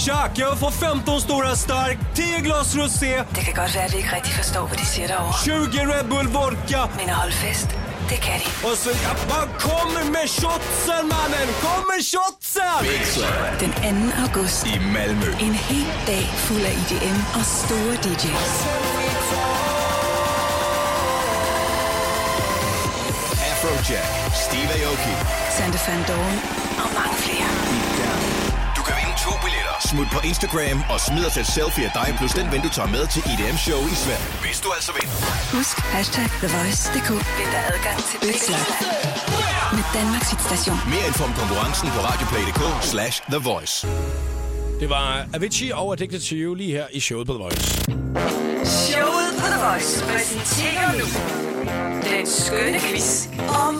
Jack, jag får 15 stora stark, 10 glas rosé,
Det kan godt være, at de ikke rigtig forstår, hvad de siger derovre.
20 Red Bull vodka.
Men at holde fest, det kan de.
Och så jag bara kommer med shotsen mannen, kommer shotsen!
Den 2. august. I Malmø. En hel dag fuld af IDM og store DJ's.
Afrojack, Steve Aoki.
Sante Van Doren og mange flere.
Du kan vinde to billetter. Smut på Instagram og smid os et selfie af dig, plus den ven, du tager med til IDM Show i Sverige. Hvis du altså vinder.
Husk hashtag TheVoice.dk. Vind der adgang til Big Slot. Med Danmarks hitstation.
Mere info om konkurrencen på radioplay.dk slash The Voice.
Det var Avicii og Addicted to You lige her i showet på The Voice.
Showet på The Voice. Voice præsenterer nu den skønne quiz om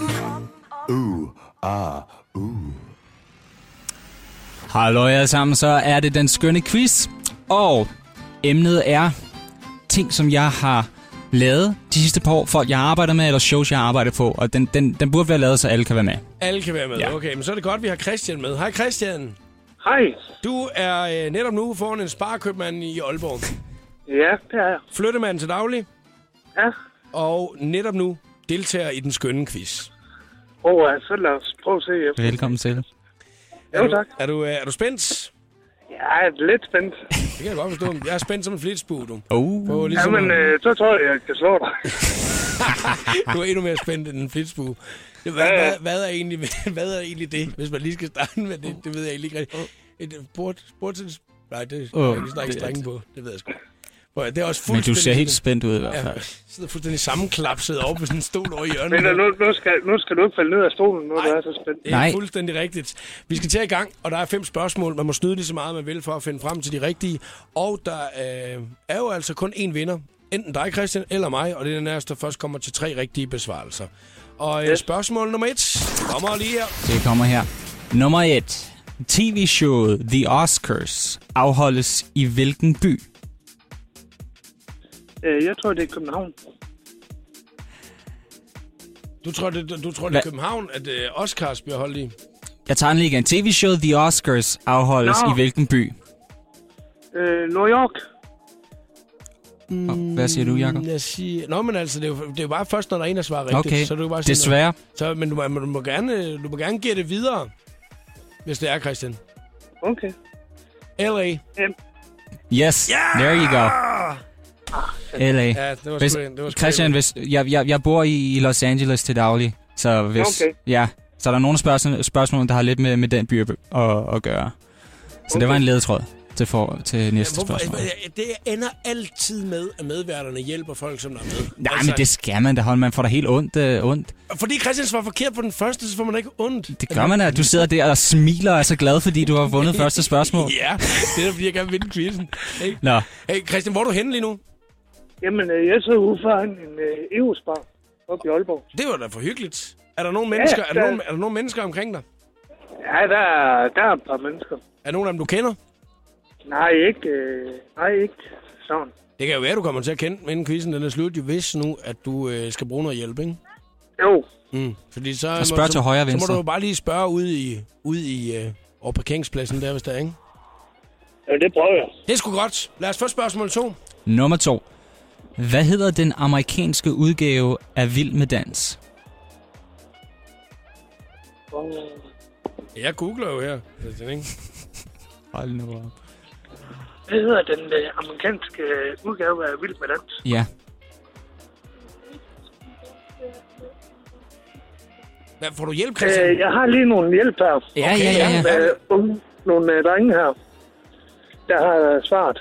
Hallo alle sammen, så er det den skønne quiz. Og emnet er ting, som jeg har lavet de sidste par år, folk jeg arbejder med, eller shows jeg arbejder på. Og den, den, den burde være lavet, så alle kan være med.
Alle kan være med. Ja.
Ja.
Okay, men så er det godt, vi har Christian med. Hej Christian.
Hej.
Du er øh, netop nu foran en sparekøbmand i Aalborg.
Ja, det er jeg.
Flyttemand til daglig,
Ja.
og netop nu deltager i den skønne quiz.
Og oh, så lad os prøve at se efter.
Velkommen til.
Er
Jo,
du,
tak.
Er du, øh, er du spændt?
Ja, jeg er lidt spændt.
Det kan jeg godt forstå. Jeg er spændt som en flitsbue, du.
Oh.
På, ligesom,
Jamen, øh, så tror jeg, jeg kan slå
[laughs]
dig.
Du er endnu mere spændt end en flitsbue. Hvad,
øh. ja.
hvad, hvad, er egentlig, [laughs] hvad er egentlig det, hvis man lige skal starte med det? Det ved jeg egentlig ikke rigtigt. Et bord, bordtils... Nej, det kan jeg
Åh,
ikke snakke
det er
strenge på. Det ved jeg sgu. ikke. Prøv at høre, Det er også
Men
fuldstændig...
du ser helt spændt ud i hvert
Ja,
fald.
sidder fuldstændig sammenklapset op med sådan en stol over i hjørnet.
Men øh, nu, nu, skal, nu skal du ikke falde ned af stolen, nu du
Ej.
er så spændt.
Det er
Nej.
fuldstændig rigtigt. Vi skal til i gang, og der er fem spørgsmål. Man må snyde lige så meget, man vil, for at finde frem til de rigtige. Og der øh, er jo altså kun én vinder. Enten dig, Christian, eller mig. Og det er den nærmeste, der først kommer til tre rigtige besvarelser. Og øh, spørgsmål nummer et kommer lige her.
Det kommer her. Nummer 1. TV-showet The Oscars afholdes i hvilken by?
Øh, jeg tror, det er København.
Du tror, det, du, du tror, det er
Hvad?
København, at øh, Oscars bliver holdt i?
Jeg tager den lige igen. TV-showet The Oscars afholdes
Nå.
i hvilken by?
Øh, New York.
Mm.
Oh, hvad siger du, Jacob?
Jeg siger... Nå, men altså, det er, jo, det er jo bare først, når der er en, der svarer rigtigt.
Okay,
Så er det jo bare sådan,
desværre.
Så, men du, må- du, må gerne, øh, du må gerne give det videre, hvis det er, Christian.
Okay.
L.A.
Yes, yeah! there you go. LA.
Ja, det var
Hvis,
sgu en- det var sgu
Christian,
en-
hvis, jeg, jeg, jeg bor i i Los Angeles til daglig, så hvis,
Okay.
ja, så er der nogle spørgsmål, spørgsmål der har lidt med, med den by at, at, at gøre. Så okay. det var en ledetråd til, for, til næste
Hvorfor,
spørgsmål.
det ender altid med, at medværterne hjælper folk, som der er med.
Nej, men det skal man da holde. Man får da helt ondt. Øh, ondt.
Fordi Christian svarer forkert på den første, så får man ikke ondt.
Det gør man da. Du sidder der og smiler og er så glad, fordi du har vundet første spørgsmål.
Ja, det er fordi, jeg gerne vil vinde quizzen. Hey.
Nå,
hey, Christian, hvor er du henne lige nu?
Jamen, øh, jeg sidder ude foran en øh, EU-spar oppe i Aalborg.
Det var da for hyggeligt. Er der nogen mennesker, er der
der-
nogen, er der nogen mennesker omkring dig?
Ja, der, er- der er et par mennesker.
Er der nogen af dem, du kender?
Nej, ikke, øh, nej, ikke sådan.
Det kan jo være, du kommer til at kende dem, inden quizzen den er slut, jo, hvis nu, at du øh, skal bruge noget hjælp, ikke?
Jo,
Mm. Fordi så,
Og spørg
så,
til højre og
Så må
venstre.
du jo bare lige spørge ude i, ude i øh, over parkeringspladsen der, hvis der er, ikke?
ja, det prøver jeg.
Det er sgu godt. Lad os få spørgsmål to.
nummer to. Hvad hedder den amerikanske udgave af Vild med Dans?
Og, øh,
Jeg googler jo her, Christian, ikke?
Hold nu op.
hvad hedder den øh, amerikanske øh, udgave af Vild med Dans?
Ja,
Hvad, får du hjælp, Christian?
Øh, jeg har lige nogle hjælp her.
Ja, ja, ja, ja.
Nogle, øh, unge, nogle øh, drenge her, der har øh, svaret.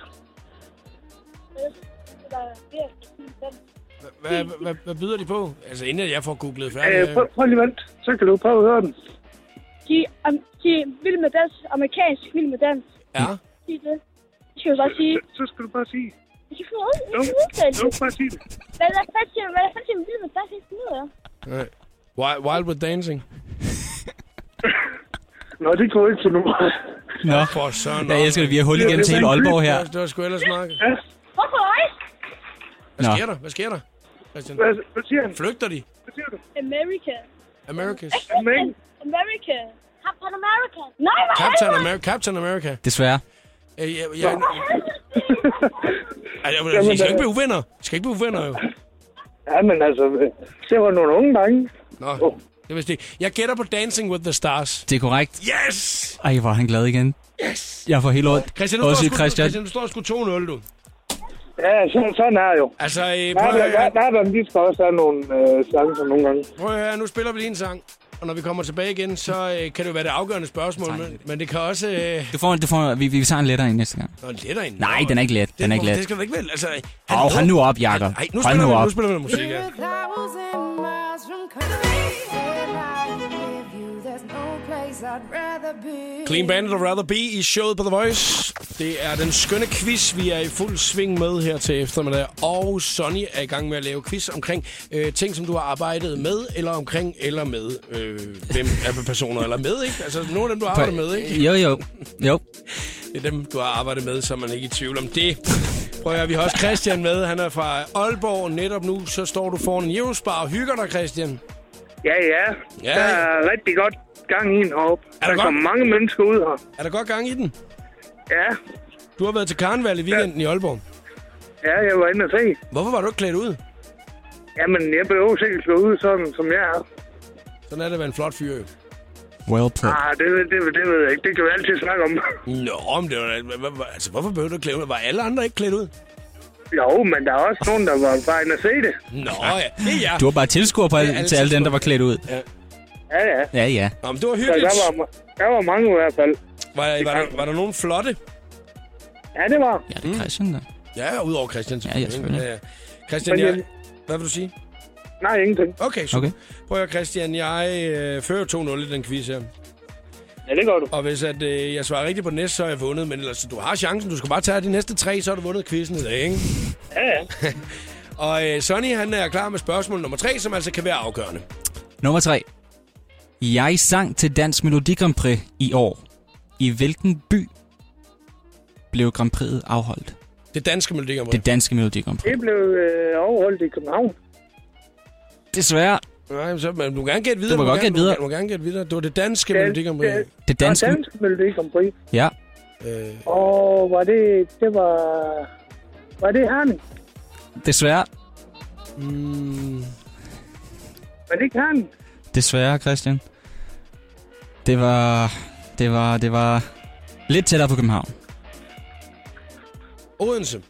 Hvad, hvad, hvad byder de på? Altså, inden jeg får googlet
Øh,
færdigt. Øh,
prøv, prøv lige vent, så kan du prøve at høre den.
De, um, de er vilde med dans. Amerikansk vild med dans.
ja.
Sig det. Det skal jo bare sige.
Så skal du bare sige.
Det skal ud.
Jo,
Det skal udtale
jo,
det.
bare sige det.
Hvad er fat til, hvad er fat til vild med dans? Det skal ud, ja.
Nej. Wild, wild with dancing.
Nå, det går ikke til nu.
Nå.
For søren.
Jeg elsker det. Vi har hul igennem
det
til
var
hele
en
Aalborg her.
Det var sgu ellers meget.
Hvorfor ikke?
Hvad
Nå.
sker der? Hvad sker der? Christian?
Hvad, hvad siger han?
Flygter de?
Hvad siger du?
America.
Americas?
Men,
America. Captain America. Nej, hvor
Captain, Amer- Captain America.
desværre.
Øh, Jeg, jeg, jeg, Ej, jeg, vil- I skal ikke blive uvenner. I skal ikke blive uvenner, jo.
ja, men altså, øh, det var nogle unge drenge.
Nå, det vidste jeg ikke. Jeg gætter på Dancing with the Stars.
Det er korrekt.
Yes!
Ej, hvor er han glad igen. Yes. Jeg får helt ondt.
Christian, du,
Også
står, sgu,
Christian.
Christian, du står sgu 2-0, du.
Ja, sådan, sådan er det jo.
Altså, øh,
Nej,
prøv,
men,
at,
nej,
høre-
nej, men de skal også have nogle øh, chancer nogle gange.
prøv at høre, nu spiller vi lige en sang. Og når vi kommer tilbage igen, så øh, kan det jo være det afgørende spørgsmål. Men, men det kan også... Øh,
Du får, du får, vi, vi tager en lettere en næste gang.
Nå, lettere end
Nej,
Nå,
den er ikke let.
Det
Den er ikke
må-
let.
Det skal du ikke vel. Altså,
Åh, hold nu op, Jakob.
Ej, nu
Hold
spiller,
nu
vi,
op.
nu spiller vi noget musik, ja.
thousand miles from country. Said I'd give you, there's no place I
Clean Bandit og Rather Be i showet på The Voice. Det er den skønne quiz, vi er i fuld sving med her til eftermiddag. Og Sonny er i gang med at lave quiz omkring øh, ting, som du har arbejdet med, eller omkring, eller med. Øh, hvem er personer, eller med, ikke? Altså, nogle af dem, du har arbejdet med, ikke?
Jo, jo. jo.
Det er dem, du har arbejdet med, så man ikke er i tvivl om det. Prøv at høre, vi har også Christian med. Han er fra Aalborg. Netop nu, så står du foran en Eurospar og hygger dig, Christian.
Ja, ja.
Ja,
ja. Der er rigtig godt gang i en heroppe. Er der, der kommer mange mennesker ud her.
Er der godt gang i den?
Ja,
Du har været til karneval i weekenden ja. i Aalborg.
ja, jeg var inde og se.
Hvorfor var du ikke klædt ud?
Jamen, jeg behøver sikkert slå ud sådan, som jeg er.
Sådan er det at være en flot fyr, jo.
Well played.
Ah, det, ved- det, ved- det ved jeg ikke. Det kan vi altid snakke om. [laughs]
Nå, men det var, da- hva- hva- hva- altså, hvorfor behøver du ikke klæde ud? Var alle andre ikke klædt ud?
Jo, men der er også nogen, der var bare inde og se det.
Nå ja, det er jeg.
Du var bare tilskuer på,
Det er
al-
alle
til alle dem, der var klædt ud.
Ja, ja.
Ja, ja.
Nå, men det var
Så
hyggeligt.
der var, der var mange i hvert fald.
Var, var, der, var der nogen flotte?
Ja, det var.
Ja, det
Mm.
er Christian, der.
Ja, udover Christian.
Ja, ja, selvfølgelig.
Øh, Christian,
Men,
jeg,
øhm,
hvad vil du sige?
Nej, ingenting.
Okay, så
Okay.
okay. prøv at høre, Christian. Jeg øh, fører 2-0 i den quiz her.
Ja, det gør du.
Og hvis at, øh, jeg svarer rigtigt på den næste, så har jeg vundet. Men ellers, du har chancen. Du skal bare tage de næste tre, så har du vundet quizzen i dag, ikke?
Ja, ja.
Og øh, Sonny, han er klar med spørgsmål nummer tre, som altså kan være afgørende.
Nummer 3. Jeg sang til Dansk Melodi Grand Prix i år. I hvilken by blev Grand Prix'et afholdt?
Det danske Melodi Grand Prix.
Det danske Melodi Grand Prix.
Det blev øh, overholdt i København.
Desværre,
Nej, men så, men du må gerne gætte videre.
Du må godt
gerne-
gætte videre.
Du må gerne gætte videre. Det var det danske Melodi Grand Prix.
det,
det
danske...
danske...
dansk Melodi Grand Prix.
Ja,
Øh,
Og var det... Det var... Var det Herning?
desværre.
mm,
Var det ikke Herning?
Desværre, Christian. Det var... Det var... Det var... Lidt tættere på København.
Odense.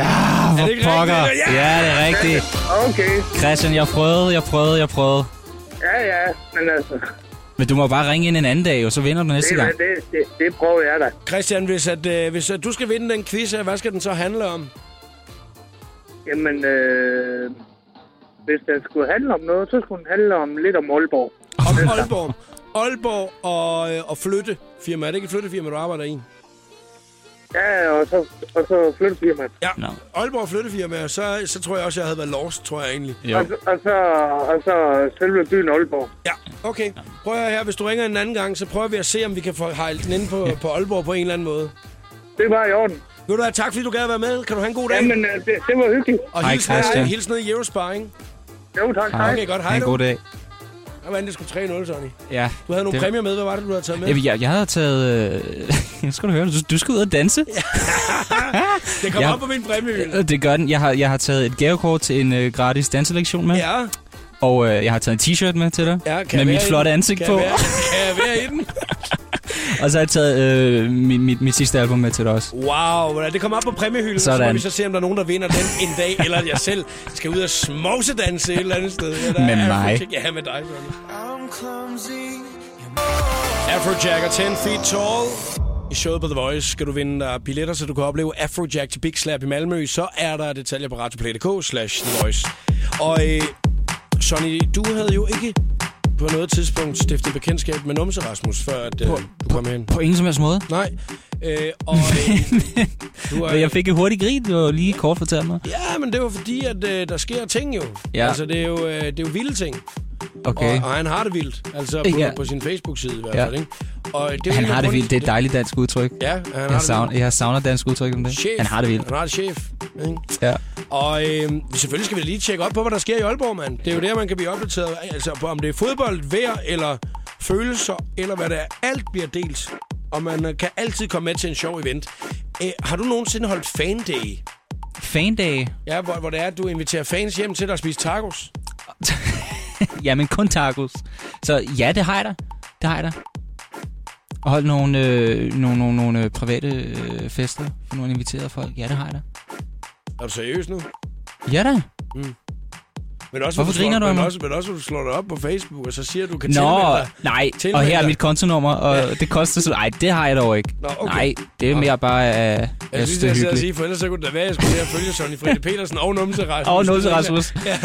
Ah, hvor
det ikke rigtigt? Ja!
Ja, det er rigtigt.
Okay.
Christian, jeg prøvede, jeg prøvede, jeg prøvede.
Ja, ja. Men altså...
Men du må bare ringe ind en anden dag, og så vinder du næste
Det,
gang.
det, det, det, det prøver jeg da.
Christian, hvis, at, øh, hvis at du skal vinde den quiz her, hvad skal den så handle om?
Jamen, øh, hvis den skulle handle om noget, så skulle den handle om lidt om Aalborg.
[laughs]
Om Aalborg. Aalborg og, øh, og flyttefirma. Er det ikke et flyttefirma, du arbejder i?
Ja, og så, og så flyttefirmaet.
Ja,
Nå.
Aalborg flyttefirma, så, så tror jeg også, jeg havde været lost, tror jeg egentlig.
Jo.
Og, så- og, så, og så selve byen Aalborg.
Ja, okay. Prøv at høre her, hvis du ringer en anden gang, så prøver vi at se, om vi kan få hejlet den inde på, på Aalborg på en eller anden måde.
Det var i orden.
Vil du have tak, fordi du gad at være med. Kan du have en god dag?
Jamen, øh, det, det var hyggeligt.
og
Hej,
hils, ned,
Christian.
hils ned i Eurospar, ikke?
Jo, tak. Hej.
Okay, godt.
Ha'
Hej
en
du.
god dag.
Der var det skulle 3-0, Sonny.
Ja.
Du havde nogle
det-
det... præmier med. Hvad var det, du havde taget med?
Jeg, jeg, jeg havde taget... Øh, [laughs] nu skal du høre, du, du skal ud og danse.
Det kom
jeg-
op på min præmiehylde.
Øh, Det gør den. Jeg har, jeg har taget et gavekort til en øh, gratis danselektion med.
Ja,
Og øh, jeg har taget en t-shirt med til dig.
ja kan jeg
med
være
mit
i
flotte
den?
ansigt
kan
på.
Jeg være, kan jeg være i den?
Og så har jeg taget øh, mit, mit, mit sidste album med til dig også.
Wow, hvordan- det kom op på præmiehylden. Så må
Sådan.
vi så se, om der er nogen, der vinder den en dag, eller at jeg selv skal ud og smovsedanse et eller andet sted. Ja, der
Med
er
mig.
Afrojack- Ja, med dig, Sonny. Afrojack er 10 feet tall. I showet på The Voice skal du vinde dig billetter, så du kan opleve Afrojack til Big Slap i Malmø. Så er der detaljer på radioplay.dk slash The Voice. Og øh, Sonny, du havde jo ikke på noget tidspunkt stiftet bekendtskab med Numse Rasmus, før at, øh, du kom hen.
På ingen som helst måde.
Nej. Øh,
[laughs]
og, øh, du er,
Men jeg fik et hurtigt grin, du har lige kort fortalt mig.
Ja, men det var fordi, at øh, der sker ting jo.
Ja.
Altså, det er jo, øh, det er jo vilde ting.
Okay.
Og, og han har det vildt. Altså, på, ja.
Ja.
på sin Facebook-side i hvert
Ja.
fald, ikke? Og det er jo
Han
en af
har det vildt. Det er et
grundene-
dejligt dansk udtryk.
Ja, han har
Jeg
det
savner,
vildt.
jeg savner dansk udtryk om det.
Chef.
Han har det vildt.
Han har det chef. Ikke?
Ja.
Og øh, selvfølgelig skal vi lige tjekke op på, hvad der sker i Aalborg, mand. Det er jo der, man kan blive opdateret. Altså, på om det er fodbold, vejr eller følelser, eller hvad det er. Alt bliver delt. Og man øh, kan altid komme med til en sjov event. Øh, har du nogensinde holdt fan-day?
Fandag.
Ja, hvor, hvor det er, at du inviterer fans hjem til dig at spise tacos.
Jamen kun tacos. Så ja, det har jeg da. Det har jeg da. Og holdt nogle, øh, nogle, nogle, nogle øh, private øh, fester for nogle inviterede folk. Ja, det har jeg da.
Er du seriøs nu?
Ja da.
Men også,
Hvorfor
hvor slår-
griner du af
men
mig?
også, men også, hvor du slår dig op på Facebook, og så siger du, øh, kan
Nå,
tilmelde dig.
nej. Og
Tilmeld
her er
dig.
mit kontonummer, og det koster så... Nej, det har jeg dog ikke.
Nå, okay.
Nej, det er mere bare... Øh, jeg,
Jeg synes,
synes, det er
jeg sidder og
hyggeligt.
sige, for
[laughs]
ellers så kunne det da være, at jeg skulle til at følge Sonny Frede Petersen og Numse Rasmus.
Og Nulse Rasmus.
Ja.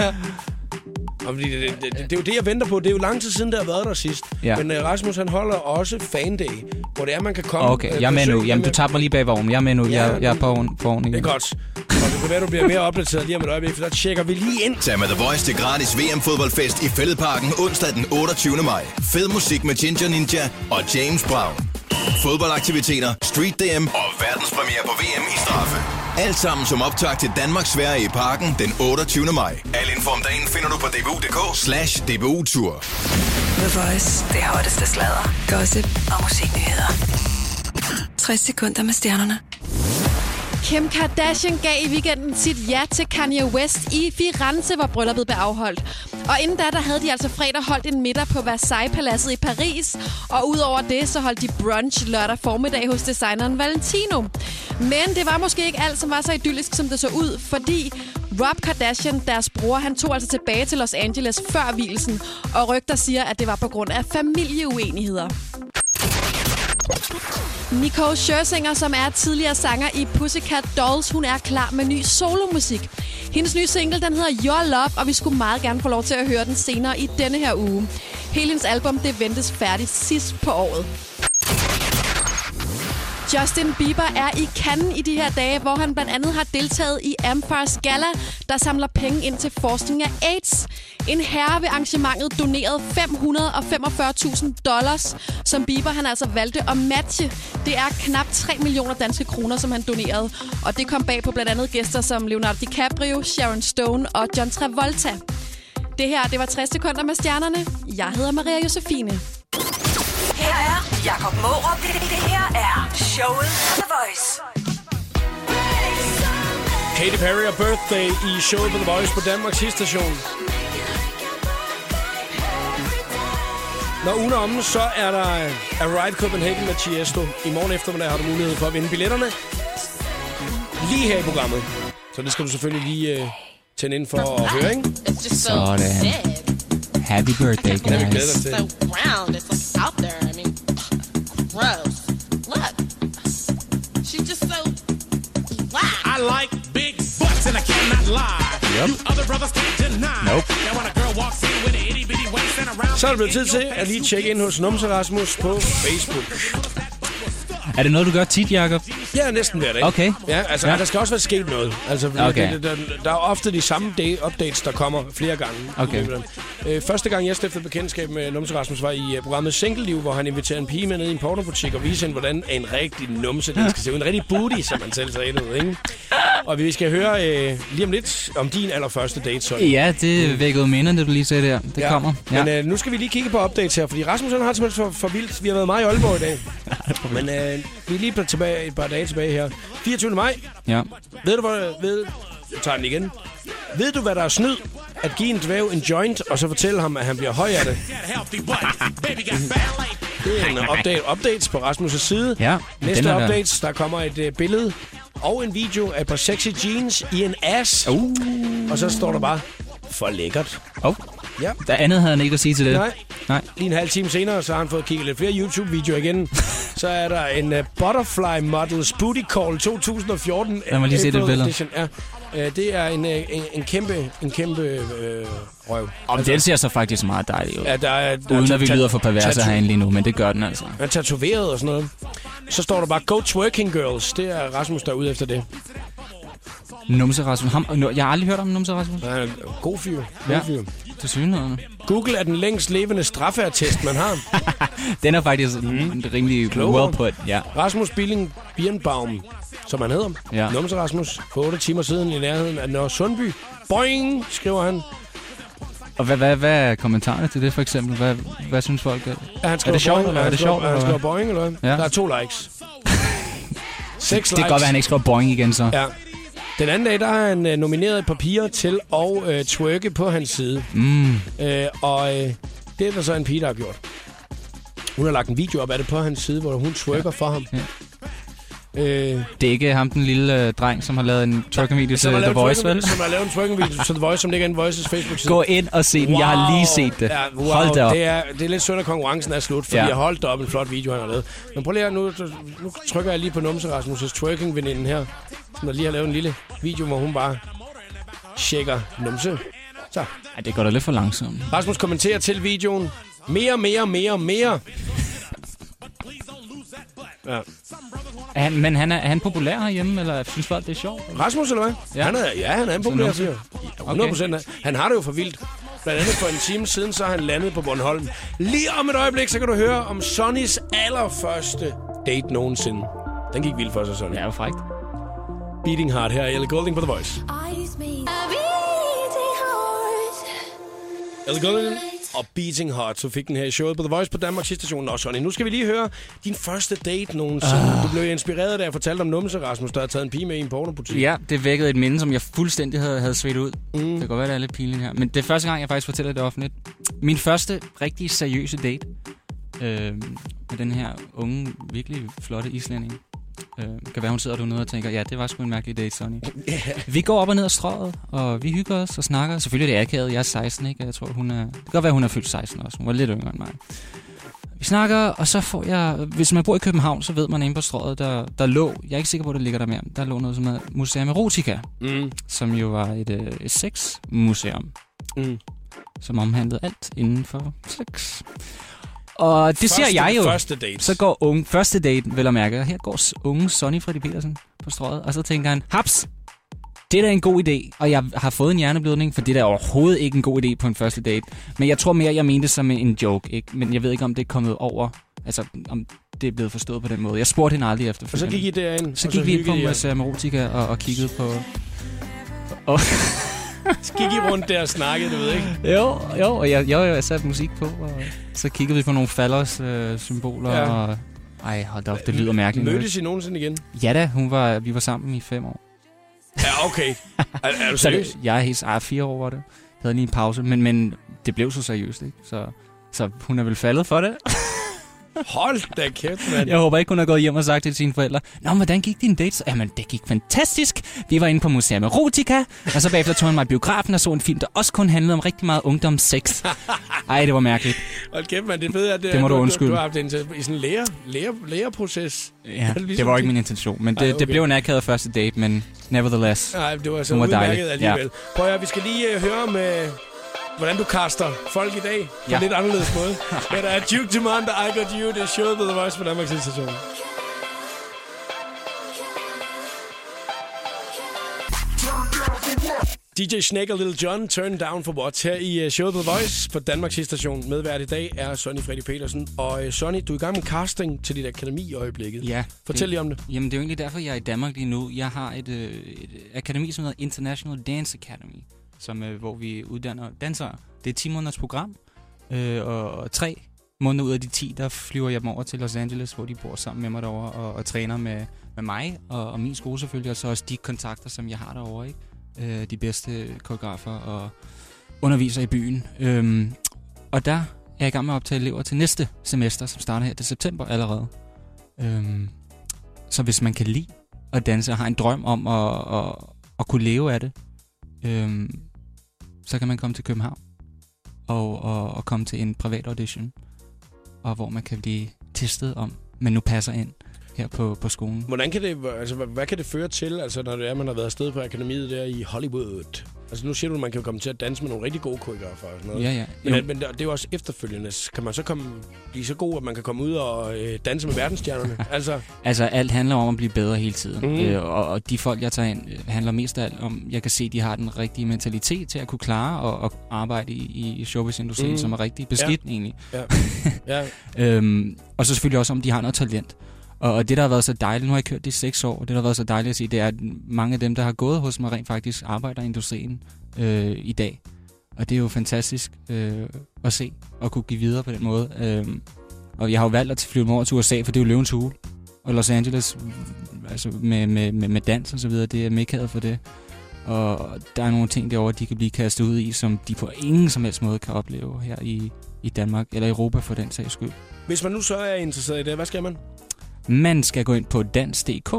Og fordi det, det, det, det er jo det, jeg venter på. Det er jo lang tid siden, der har været der sidst.
Ja.
Men uh, Rasmus, han holder også Fanday, hvor det er, man kan komme...
Okay,
øh,
jeg er med nu.
besøge-
Jamen, du tabte mig lige bag vognen. Jeg er med nu.
Ja,
Jeg, jeg er på vognen. På vognen
Det er godt. Og det kan være, du bliver mere opdateret lige om et øjeblik, for der tjekker vi lige ind.
Tag med The Voice til gratis VM-fodboldfest i Fælledparken onsdag den 28. maj. Fed musik med Ginger Ninja og James Brown. Fodboldaktiviteter, street DM og verdenspremiere på VM i straffe. Alt sammen som optag til Danmarks Sverige i Parken den 28. maj. Al info om dagen finder du på dbu.dk slash dbu-tur.
The Voice. Det hotteste sladder, gossip og musiknyheder. 60 sekunder med stjernerne.
Kim Kardashian gav i weekenden sit ja til Kanye West i Firenze, hvor brylluppet blev afholdt. Og inden da, der havde de altså fredag holdt en middag på Versailles-paladset i Paris. Og udover det, så holdt de brunch lørdag formiddag hos designeren Valentino. Men det var måske ikke alt, som var så idyllisk, som det så ud, fordi Rob Kardashian, deres bror, han tog altså tilbage til Los Angeles før hvilesen, og rygter siger, at det var på grund af familieuenigheder. Nicole Scherzinger, som er tidligere sanger i Pussycat Dolls, hun er klar med ny solomusik. Hendes nye single, den hedder Your Love, og vi skulle meget gerne få lov til at høre den senere i denne her uge. Hele hendes album, det ventes færdigt sidst på året. Justin Bieber er i Cannes i de her dage, hvor han blandt andet har deltaget i Amfars Gala, der samler penge ind til forskning af AIDS. En herre ved arrangementet donerede 545.000 dollars, som Bieber han altså valgte at matche. Det er knap 3 millioner danske kroner, som han donerede. Og det kom bag på blandt andet gæster som Leonardo DiCaprio, Sharon Stone og John Travolta. Det her, det var 60 sekunder med stjernerne. Jeg hedder Maria Josefine.
Her er Jakob Morup. Det, det her er showet på The Voice.
Katy Perry og Birthday i showet på The Voice på Danmarks station. Når ugen er omme, så er der Arrive Copenhagen med Tiesto. I morgen eftermiddag har du mulighed for at vinde billetterne. Lige her i programmet. Så det skal du selvfølgelig lige øh, tænde ind for at høre, ikke?
It's just so
Sådan.
sick.
Happy birthday,
Det vil vi glæde dig
guys.
til.
So round. It's like out there. I mean, [sighs] gross. Look. She's just so black.
I like big butts and I cannot lie.
Yep.
You other brothers can't deny.
Nope.
Now when a girl walks in with an itty bitty waist and a round
Så er det blevet tid til at lige tjekke ind hos Numse Rasmus på Facebook.
Er det noget, du gør tit, Jacob?
Ja, næsten hver dag.
Okay.
Ja, altså, ja.
Ja.
der skal også være sket noget. Altså,
Okay.
okay. der, der er ofte de samme day updates, der kommer flere gange. i
Okay.
løbet af den. Øh, første gang, jeg stiftede bekendtskab med Numse Rasmus, var i øh, programmet Single Liv, hvor han inviterede en pige med ned i en pornobutik og viste hende, hvordan en rigtig numse, den skal se ud. En rigtig booty, som man selv sagde det ud, ikke? Og vi skal høre øh, lige om lidt om din allerførste date, Sonny.
Ja, det vækkede minder, det du lige sagde der. Det kommer. Ja.
Men øh, nu skal vi lige kigge på updates her, fordi Rasmus han har det simpelthen for, for vildt. Vi har været meget i Aalborg i
[laughs]
dag. Men øh, vi er lige blevet tilbage, et par dage tilbage her. 24. maj.
Ja.
Ved du, hvor... Ved, jeg tager den igen. Ved du, hvad der er snyd? At give en dvæv en joint, og så fortælle ham, at han bliver høj af det.
healthy butt. Baby got ballet.
Det er en update, updates på Rasmus' side.
Ja, den
Næste
er der.
updates, der kommer et øh, billede og en video af et par sexy jeans i en ass.
Uh.
Og så står der bare, for lækkert.
Oh.
Ja.
Der andet havde han ikke at sige til det.
Nej.
Nej.
Lige en halv time senere, så har han fået kigget lidt flere YouTube-videoer igen. så er der en uh, Butterfly Models Booty Call 2014.
Lad mig lige se det
April
billede.
Edition. Ja. Øh, det er en, øh, en, en kæmpe, en kæmpe øh, røv.
Om den ser så faktisk meget dejlig ud.
Ja, der er, der er
Uden at vi
ta-
lyder for perverse
tattoo-
herinde lige nu, men det gør den altså.
Han er tatoveret og sådan noget. Så står der bare, Go Twerking Girls. Det er Rasmus, der er ude efter det.
Numse Rasmus. Ham, nu- jeg har aldrig hørt om Numse Rasmus.
Han er en god fyr. God
Ja.
fyr.
Til synligheden.
Google er den længst levende straffertest, man har.
Den er faktisk
Mhm.
mm. rimelig
Klogere.
well put. Ja.
Rasmus Billing Birnbaum, som han hedder. Ja.
Ja.
Numse Rasmus. For 8 timer siden i nærheden af Nørre Sundby. Boing, skriver han.
Og hvad, hvad, hvad er kommentarerne til det for eksempel? Hvad, hvad synes folk? Er,
Ja, han
er
skriver
det sjovt,
boing,
eller er
han
det
skriver-
sjovt?
Han
eller
skriver
hvad?
boing, eller hvad?
Ja.
Der er to
[laughs]
likes. Seks
Det kan godt være, han ikke skriver boing igen så.
Ja. Den anden dag, der har han øh, nomineret et par piger til at øh, twerke på hans side.
Mm.
Øh, og øh, det er der så en pige, der har gjort. Hun har lagt en video op af det på hans side, hvor hun twerker for ham. Øh,
Det er ikke ham, den lille øh, dreng, som har lavet en twerking-video til
som, har lavet
The
en
Voice,
twerking-
vel?
som har lavet en twerking-video til The Voice, som ligger inde på Voices Facebook-side.
Gå ind og se den. Jeg har lige set det.
Ja, wow.
Hold da op.
Det er, det er lidt synd, at konkurrencen er slut, fordi ja.
Ja.
jeg holdt op en flot video, han har lavet. Men prøv lige at, nu, nu trykker jeg lige på Numse Rasmus' twerking-veninden her, som der lige har lavet en lille video, hvor hun bare tjekker Numse. Så.
Ej, det går da lidt for langsomt.
Rasmus kommenterer til videoen. Mere, mere, mere, mere. ja.
Er han, men han er, er han populær herhjemme, eller synes folk, det er sjovt?
Rasmus, eller hvad? Ja. Han er, ja, han er en populær
Sådan
fyr. Ja, 100 procent. Han har det jo for vildt. Blandt andet for en time siden, så er han landet på Bornholm. Lige om et øjeblik, så kan du høre om Sonnys allerførste date nogensinde. Den gik vildt for sig, Sonny. Ja,
hvor frækt.
Beating Heart her, Ellie Golding på The Voice.
Eyes me a beating heart.
Ellie Golding og Beating Heart, så fik den her i showet på The Voice på Danmarks station. Og Sonny, nu skal vi lige høre din første date
Ah.
nogensinde. Du blev inspireret, da jeg fortalte om Numse Rasmus, der havde taget en pige med i en pornobutik.
Ja, det vækkede et minde, som jeg fuldstændig havde, havde svedt ud. Mm. Det kan godt være, det er lidt pinligt her. Men det er første gang, jeg faktisk fortæller det offentligt. Min første rigtig seriøse date øh, med den her unge, virkelig flotte islænding. Øh, kan være, hun sidder dernede og tænker, ja, det var sgu en mærkelig date, Sonny.
Yeah.
Vi går op og ned ad strøget, og vi hygger os og snakker. Selvfølgelig er det akavet, jeg er 16, ikke? Og Jeg tror, hun er... Det kan godt være, hun er fyldt 16 også. Hun var lidt yngre end mig. Vi snakker, og så får jeg... Hvis man bor i København, så ved man inde på strøget, der, der lå... Jeg er ikke sikker på, at det ligger der mere. Der lå noget, som hedder Museum Erotica,
Mm.
som jo var et, øh, et sexmuseum,
Mm.
som omhandlede alt inden for sex. Og det
Første-
ser jeg jo.
første date.
Så går unge, første date, vel at mærke. Og Her går s- unge Sonny Freddy Petersen på strøget, og så tænker han, haps, det er da en god idé, og jeg har fået en hjerneblødning, for det er da overhovedet ikke en god idé på en første date. Men jeg tror mere, jeg mente det som en joke, ikke? men jeg ved ikke, om det er kommet over, altså om det er blevet forstået på den måde. Jeg spurgte hende aldrig efter.
Og så gik I derind,
Så
og
gik
så
vi ind på
hyggede I jer.
Museum Erotica og, og kiggede på... Og
Så gik I rundt der og snakkede, du ved ikke?
jo, jo, og jeg, jo, jo, jeg satte musik på, og så kiggede vi på nogle fallers øh, symboler,
Ja.
ja. og... Ej, hold da op, det lyder mærkeligt.
Mødtes I nogensinde igen?
Ja da, hun var, vi var sammen i fem år.
Ja, okay. Er, er du
Så
seriøs?
det- Jeg er helt ah, fire år var det. Jeg havde lige en pause, men, men det blev så seriøst, ikke? Så, så hun er vel faldet for det.
Hold da kæft, mand.
Jeg håber ikke, hun har gået hjem og sagt til sine forældre, Nå, men hvordan gik din date? Så, Jamen, det gik fantastisk. Vi var inde på Museum Erotica, og så bagefter tog han mig i biografen og så en film, der også kun handlede om rigtig meget ungdomssex. Ej, det var mærkeligt.
Hold kæft, mand. Det fede er, det,
Det må
er,
du undskylde.
Du, har haft en til- i sådan en lærer, lærer, Ligesom lærerproces. [laughs]
Ja, det var ikke min intention, men det,
Ej,
Ej,
okay.
okay. det blev en akavet første date, men nevertheless.
Nej, det var så
hun var
udmærket
dejlig.
alligevel. Ja. Prøv at høre, vi skal lige uh, høre om, uh, hvordan du kaster folk i dag på ja.
Ja.
en lidt [laughs] anderledes måde. Men der er Duke Dumont, der I Got You, det er showet ved The Voice på Danmarks Station. DJ Snake og Little John, Turn Down for What, her i øh, showet på The Voice på Danmarks Station. Medvært i dag er Sonny Freddy Petersen. Og øh, Sonny, du er i gang med casting til dit akademi i øjeblikket.
Ja.
Fortæl lige om det.
Jamen, det er jo egentlig derfor, jeg er i Danmark lige nu. Jeg har et, øh, et akademi, som hedder International Dance Academy, som, øh, hvor vi uddanner dansere. Det er 10 måneders program, øh, og, og tre måneder ud af de 10, der flyver jeg dem over til Los Angeles, hvor de bor sammen med mig derovre og, og træner med, med mig og, og min skole selvfølgelig, og så også de kontakter, som jeg har derovre. Ikke? Øh, de bedste koreografer og underviser i byen. Øhm, og der er jeg i gang med at optage elever til næste semester, som starter her til september allerede. Øhm, så hvis man kan lide at danse og har en drøm om at, at, at kunne leve af det, øhm, så kan man komme til København og, og, og komme til en privat audition, og hvor man kan blive testet om, man nu passer ind her på, på skolen.
Hvordan kan det, altså, hvad, hvad kan det føre til, altså, når det er, man har været afsted på akademiet der i Hollywood? Altså nu siger du, at man kan jo komme til at danse med nogle rigtig gode koreografer og sådan noget.
Ja, ja.
Men,
Jo.
at- men der- det er jo også efterfølgende. Kan man så komme, blive så god, at man kan komme ud og øh, danse med
[laughs]
verdensstjernerne? altså,
Altså, alt handler om at blive bedre hele tiden.
Mm.
Mm. Øh, og, og de folk, jeg tager ind, øh, handler mest af alt om, jeg kan se, de har den rigtige mentalitet til at kunne klare og, og arbejde i, i showbizindustrien,
Mm.
mm. som er rigtig beskidt ja. egentlig.
Ja. Ja.
øhm, og så selvfølgelig også, om de har noget talent. Og, og det, der har været så dejligt, nu har jeg kørt det i seks år, og det, der har været så dejligt at se, det er, at mange af dem, der har gået hos mig, rent faktisk arbejder i industrien øh, i dag. Og det er jo fantastisk øh, at se og kunne give videre på den måde. Øh, og jeg har jo valgt at flyve dem over til USA, for det er jo løvens hule. Og Los Angeles mm, altså med, med, med, med dans og så videre, det er mekaget for det. Og der er nogle ting derovre, de kan blive kastet ud i, som de på ingen som helst måde kan opleve her i, i Danmark, eller Europa for den sags skyld.
hvis man nu så er interesseret i det, hvad skal man?
Man skal gå ind på dans.dk,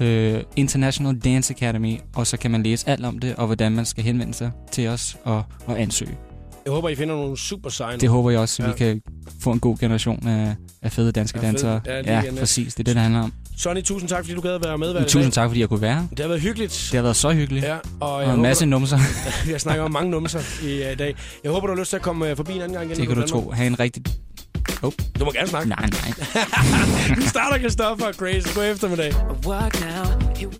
øh, International Dance Academy, og så kan man læse alt om det, og hvordan man skal henvende sig til os og, og ansøge.
Jeg håber, I finder nogle super sejne.
Det håber jeg også, så ja. vi kan få en god generation af, af fede danske
Af fede-
dansere.
ja, lige
ja
igen, ja.
præcis. Det er det, det handler om.
Sonny, tusind tak, fordi du gad at være med. hver
Tusind
dag.
tak, fordi jeg kunne være her.
Det har været hyggeligt.
Det har været så hyggeligt.
Ja, og
og
jeg
en
[laughs]
masse
håber-
numser.
Vi har snakket om mange numser i øh, dag. Jeg håber, du har lyst til at komme øh, forbi en anden gang igen.
Det
når
kan du
er
tro. Ha' en rigtig... Oh.
Du må gerne snakke.
Nej, nej.
Danmark. Vi starter Christoffer og Grace. God eftermiddag.
Work now.